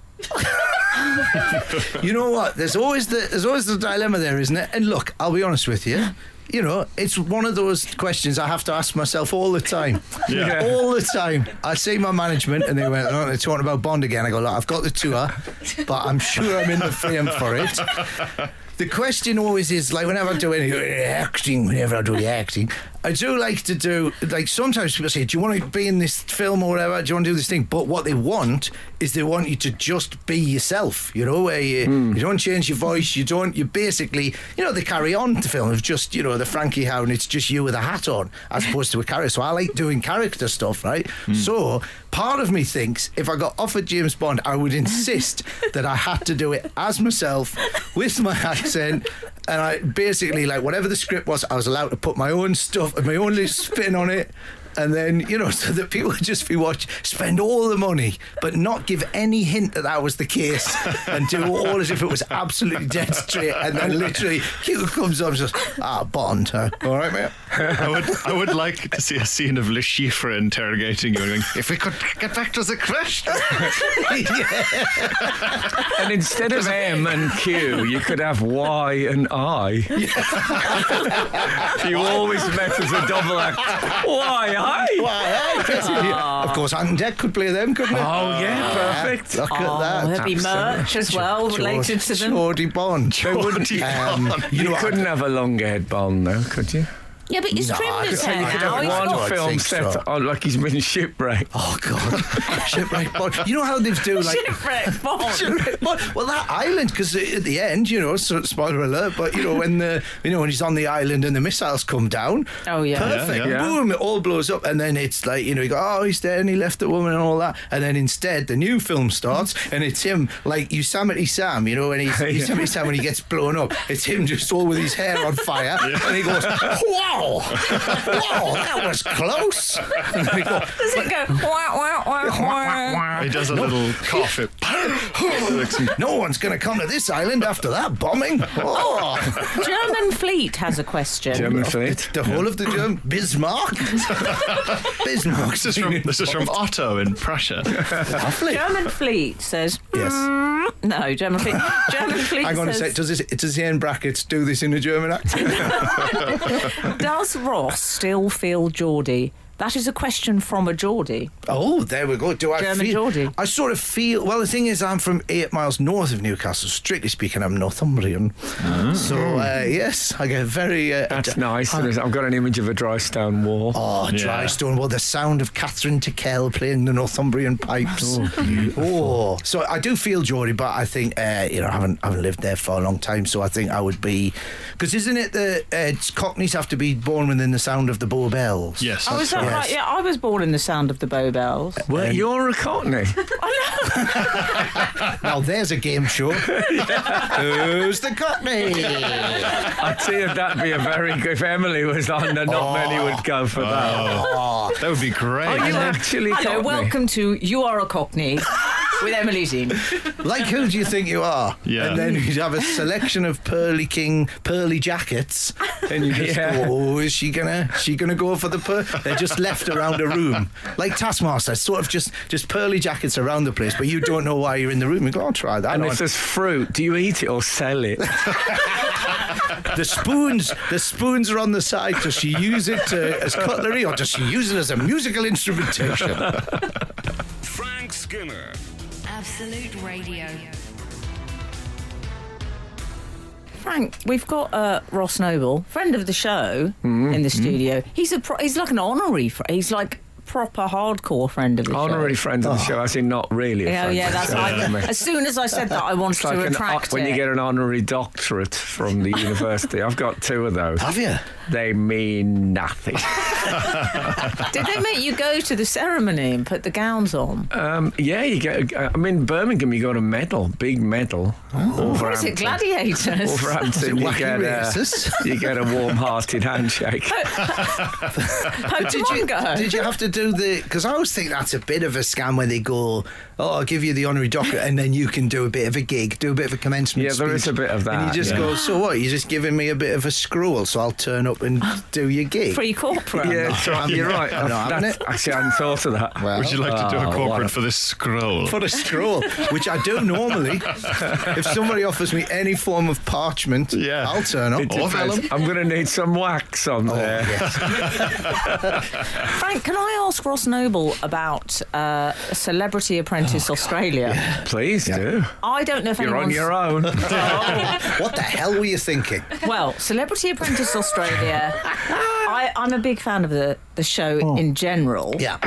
S6: You know what? There's always the there's always the dilemma there, isn't it? And look, I'll be honest with you. You know, it's one of those questions I have to ask myself all the time.
S4: Yeah.
S6: All the time. I see my management and they went, oh, they're talking about Bond again. I go, look, I've got the tour, but I'm sure I'm in the frame for it. The question always is like, whenever I do any acting, whenever I do the acting, I do like to do, like, sometimes people say, Do you want to be in this film or whatever? Do you want to do this thing? But what they want is they want you to just be yourself, you know, where you, you don't change your voice, you don't, you basically, you know, they carry on the film of just, you know, the Frankie Hound, it's just you with a hat on as opposed to a character. So I like doing character stuff, right? So part of me thinks if I got offered James Bond, I would insist that I had to do it as myself with my accent. And I basically, like, whatever the script was, I was allowed to put my own stuff and my own little spin on it. And then, you know, so that people would just be watch, spend all the money, but not give any hint that that was the case and do all as if it was absolutely dead straight. And then literally, Q comes up and says, ah, Bond, huh? All right, mate.
S4: I would, I would like to see a scene of Le Chiffre interrogating you and going, if we could get back to the question.
S3: And instead of M and Q, you could have Y and I. you always met as a double act. Why I?
S6: Why, hey? Of course, Ant Deck could play them, couldn't it?
S3: Oh yeah, perfect.
S6: Look at
S5: Oh,
S6: that.
S5: there'd be merch as well related to them.
S6: Geordie Bond. Um, They wouldn't-
S4: Geordie Bond.
S6: you know,
S3: You
S6: I-
S3: couldn't have a long haired Bond though, could you?
S5: Yeah, but he's
S6: No, I
S5: trimmed his
S6: could
S5: hair
S6: say you could
S5: now.
S6: have
S5: Oh, He's
S6: one
S5: got
S3: One
S6: I'd
S3: film
S6: think
S3: set
S6: so.
S3: on like he's been shipwrecked.
S6: Oh God, shipwreck Bond. You know how they do like
S5: shipwreck Bond.
S6: Shipwreck Bond. Oh, Well, that island, because at the end, you know, so, spoiler alert, but you know when the you know when he's on the island and the missiles come down.
S5: Oh, yeah.
S6: perfect.
S4: Yeah, yeah.
S6: Boom! It all blows up, and then it's like you know you go, oh, he's dead, and he left the woman and all that, and then instead the new film starts, and it's him like Yosemite Sam, you know, when he's Yosemite Sam when he gets blown up, it's him just all with his hair on fire, and he goes, wow, wow, that was close. And they go,
S5: Does it go wah, wah, wah, wah?
S4: He does a little cough. It makes him-
S6: no one's going to come to this island after that bombing. Oh.
S5: German Fleet has a question.
S3: German fleet.
S6: The whole of the German Bismarck. Bismarck.
S4: This is from this is from Otto in Prussia.
S6: Lovely.
S5: German Fleet says.
S6: Yes.
S5: "Mm." No, German Fleet. German Fleet
S6: Hang on a
S5: says,
S6: sec. Does this, does the end brackets do this in a German accent?
S5: Does Ross still feel Geordie? That is a question from a Geordie.
S6: oh, there we go. Do I
S5: German
S6: feel?
S5: Geordie.
S6: I sort of feel. Well, the thing is, I'm from eight miles north of Newcastle. Strictly speaking, I'm Northumbrian. So uh, yes, I get very. Uh,
S3: That's nice. isn't it? I've got an image of a dry stone wall.
S6: Oh, dry
S4: Yeah.
S6: stone. Well, the sound of Catherine Tickell playing the Northumbrian pipes. Oh, so I do feel Geordie, but I think uh, you know I haven't I haven't lived there for a long time, so I think I would be because isn't it the uh, it's Cockneys have to be born within the sound of the Bow Bells?
S4: Yes.
S5: Oh, is that
S6: right.
S5: right? Yeah, I was born in the sound of the bow bells.
S3: Well,
S6: um,
S3: you're a Cockney.
S6: Now there's a game show. Who's the Cockney?
S3: I tell you, that'd be a very good. If Emily was on, there,
S6: Oh.
S3: not many would go for that.
S4: That would be great.
S3: Are you actually
S5: Hello,
S3: Cockney?
S5: welcome to You Are a Cockney. with Emily Zinn.
S6: Like, who do you think you are?
S4: Yeah.
S6: And then you'd have a selection of pearly king, pearly jackets, and you just
S3: Yeah.
S6: go, oh, is she gonna, she gonna go for the pearl? They're just left around a room, like Taskmaster, sort of just, just pearly jackets around the place, but you don't know why you're in the room. You go, I'll try that.
S3: And
S6: on."
S3: if there's fruit, do you eat it or sell it?
S6: the spoons, the spoons are on the side. Does she use it uh, as cutlery, or does she use it as a musical instrumentation?
S1: Frank Skinner.
S2: Absolute Radio.
S5: Frank, we've got uh, Ross Noble, friend of the show, in the studio. He's a pro- he's like an honorary. Fr- he's like proper hardcore friend of the
S3: Honorary
S5: show.
S3: friend of
S6: Oh.
S3: the show, as in not really. A
S5: Yeah,
S3: friend
S5: yeah.
S3: of the
S5: That's
S3: show, you know what I
S5: I,
S3: mean?
S5: as soon as I said that, I wanted
S3: It's
S5: to
S3: like an, uh,
S5: retract
S3: when
S5: it.
S3: you get an honorary doctorate from the university. I've got two of those.
S6: Have you?
S3: They mean nothing.
S5: Did they make you go to the ceremony and put the gowns on?
S3: Um, yeah, you get. I mean, Birmingham, you got a medal, big medal.
S6: Oh.
S5: or is
S3: Wolverhampton.
S5: it gladiators?
S3: Wolverhampton, you
S6: Wacky
S3: get,
S6: racist.
S3: a, you get a warm-hearted handshake.
S5: How did
S6: Did
S5: you
S6: you,
S5: go?
S6: did you have to do the? Because I always think that's a bit of a scam where they go, "Oh, I'll give you the honorary doctorate, and then you can do a bit of a gig, do a bit of a commencement."
S3: Yeah, there is
S6: speech."
S3: a bit of
S6: And
S3: that,
S6: you just
S3: yeah.
S6: go, "So what? You're just giving me a bit of a scroll, so I'll turn up and do your gig."
S5: Free corporate.
S3: yeah, it's right,
S6: having
S3: you're
S6: it.
S3: right.
S6: I'm not having
S3: That's-
S6: it.
S3: Actually, I hadn't thought of that.
S6: Well,
S4: Would you like to
S3: Oh,
S4: do a
S3: what a-
S4: corporate for this scroll?
S6: for a scroll, which I do normally. if somebody offers me any form of parchment,
S4: Yeah.
S6: I'll turn up.
S3: It
S6: Or
S3: depends.
S6: oh, vellum. Oh,
S3: I'm going to need some wax on there.
S5: Frank, can I ask Ross Noble about uh, Celebrity Apprentice Australia?
S3: Please do.
S5: I don't know if
S3: Oh, You're on
S5: anyone's.
S3: your own.
S6: What the hell were you thinking?
S5: Well, Celebrity Apprentice Australia. I, I'm a big fan of the, the show
S3: Oh.
S5: in general.
S6: Yeah.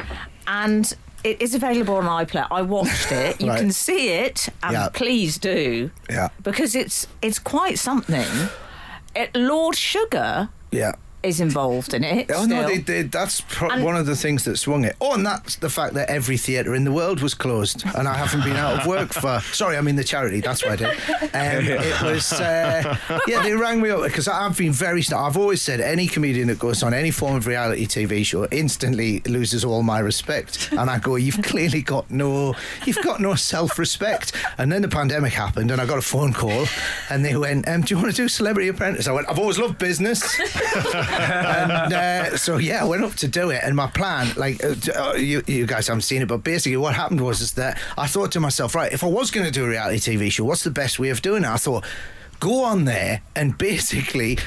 S5: And it is available on iPlayer. I watched it. You
S6: Right.
S5: can see it, and
S6: Yeah.
S5: please do.
S6: Yeah.
S5: Because it's it's quite something. It, Lord Sugar
S6: Yeah.
S5: is involved in it.
S6: Oh no,
S5: still.
S6: they, they, that's pro-
S5: And-
S6: one of the things that swung it. Oh, and that's the fact that every theatre in the world was closed, and I haven't been out of work for. Sorry, I mean the charity. That's what I did. Um, it was. Uh, yeah, they rang me up because I've been very. st- I've always said any comedian that goes on any form of reality TV show instantly loses all my respect, and I go, you've clearly got no, you've got no self-respect. And then the pandemic happened, and I got a phone call, and they went, um, "Do you want to do Celebrity Apprentice?" I went, "I've always loved business." and uh, so yeah, I went up to do it, and my plan, like uh, d- uh, you, you guys haven't seen it, but basically what happened was is that I thought to myself, right, if I was going to do a reality TV show, what's the best way of doing it? I thought, go on there and basically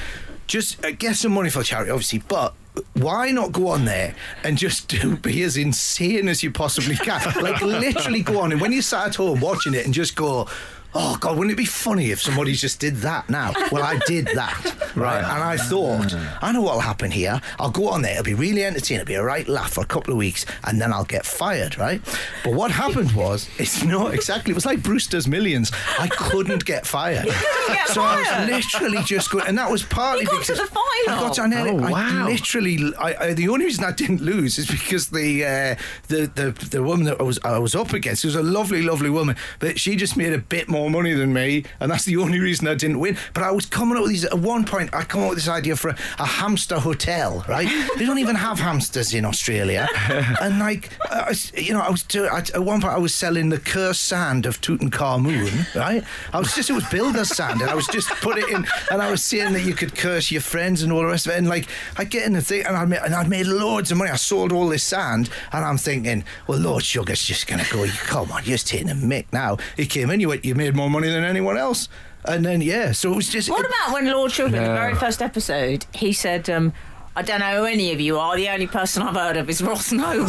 S6: just uh, get some money for charity, obviously, but. Why not go on there and just do be as insane as you possibly can? Like literally go on and when you sat at home watching it and just go, Oh God, wouldn't it be funny if somebody just did that now? Well, I did that. Right. And I thought,
S5: Mm.
S6: I know what'll happen here. I'll go on there, it'll be really entertaining, it'll be a right laugh for a couple of weeks, and then I'll get fired, right? But what happened was, it's not exactly it was like Brewster's millions. I couldn't get fired.
S5: get
S6: so I
S5: fired?
S6: was literally just going and that was partly
S5: You got
S6: because
S5: to the
S6: I
S5: final.
S6: got to an edit.
S3: Oh,
S6: I
S3: wow.
S6: literally, I, I, the only reason I didn't lose is because the, uh, the the the woman that I was I was up against was a lovely, lovely woman, but she just made a bit more money than me, and that's the only reason I didn't win. But I was coming up with these. At one point, I come up with this idea for a, a hamster hotel. Right? they don't even have hamsters in Australia, and like, I, was- you know, I was doing, I, at one point I was selling the cursed sand of Tutankhamun. Right? I was just it was builder's sand, and I was just put it in, and I was saying that you could curse your friends and all the rest of it. And like, I get in the thing, and I made, and I made loads of money. I sold all this sand, and I'm thinking, well, Lord Sugar's just gonna go. You come on, you're just taking a mick now. He came in, you went, you made more money than anyone else, and then yeah, so it was just.
S5: What
S6: it-
S5: about when Lord Sugar, the
S3: No.
S5: very first episode, he said, um, I don't know who any of you are. The only person I've heard of is Ross Noble.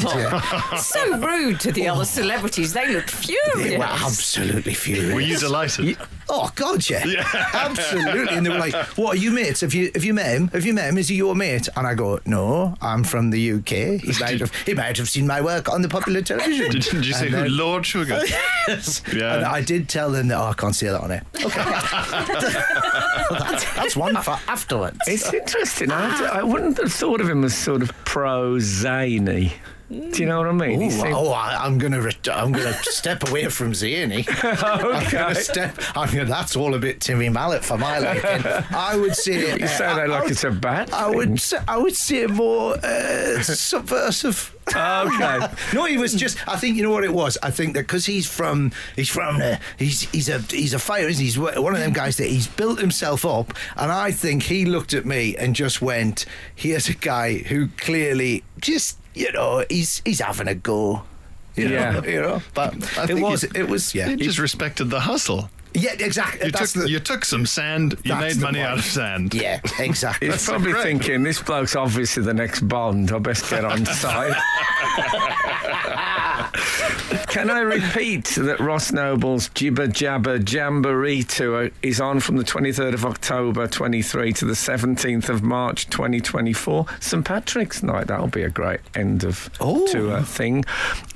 S5: so rude to the other celebrities. They looked
S6: They
S5: furious.
S6: were absolutely furious.
S4: Were you delighted?
S6: Oh God, yeah, absolutely. And they were like, "What are you mates? Have you have you met him? Have you met him? Is he your mate?" And I go, "No, I'm from the UK. He might have he might have seen my work on the popular television."
S4: Did, did you say
S6: And then-
S4: Lord Sugar?
S6: Yes.
S4: Yeah.
S6: And I did tell them that oh, I can't say that on it. Okay, that's one for afterwards.
S3: It's interesting. I, I wouldn't have thought of him as sort of pro zany. Do you know what I mean?
S6: Ooh,
S3: He seemed-
S6: oh, I, I'm gonna ret- I'm gonna step away from zany. I'm gonna step. I mean, that's all a bit Timmy Mallet for my liking. I would say
S3: you
S6: uh,
S3: say
S6: I-
S3: that
S6: I
S3: like
S6: would-
S3: it's a bad.
S6: I would say, I would say more uh, subversive.
S3: Okay.
S6: No, he was just. I think you know what it was. I think that because he's from he's from uh, he's he's a he's a fighter. Isn't he? He's one of them guys that he's built himself up, and I think he looked at me and just went, "Here's a guy who clearly just you know he's he's having a go." You know,
S3: Yeah.
S6: you know, but I
S4: think
S6: it was
S4: it-
S6: it was yeah
S4: You just respected the hustle.
S6: yeah exactly.
S4: You took,
S6: that's the,
S4: you took some sand, you made
S6: that's the
S4: money
S6: one.
S4: out of sand.
S6: yeah exactly.
S3: He's probably
S4: great.
S3: thinking this bloke's obviously the next Bond. I best get on side. Can I repeat that Ross Noble's Jibber Jabber Jamboree tour is on from the 23rd of October 23 to the 17th of March 2024? St Patrick's Night. That'll be a great end of
S6: Oh.
S3: tour thing.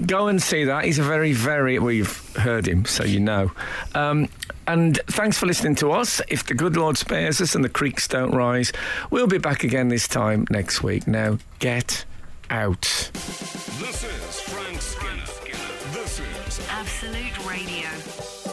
S3: Go and see that. He's a very, very. Well, you've heard him, so you know. Um, and thanks for listening to us. If the good Lord spares us and the creeks don't rise, we'll be back again this time next week. Now, get out.
S1: This is Frank Skinner. This is
S2: Absolute Radio.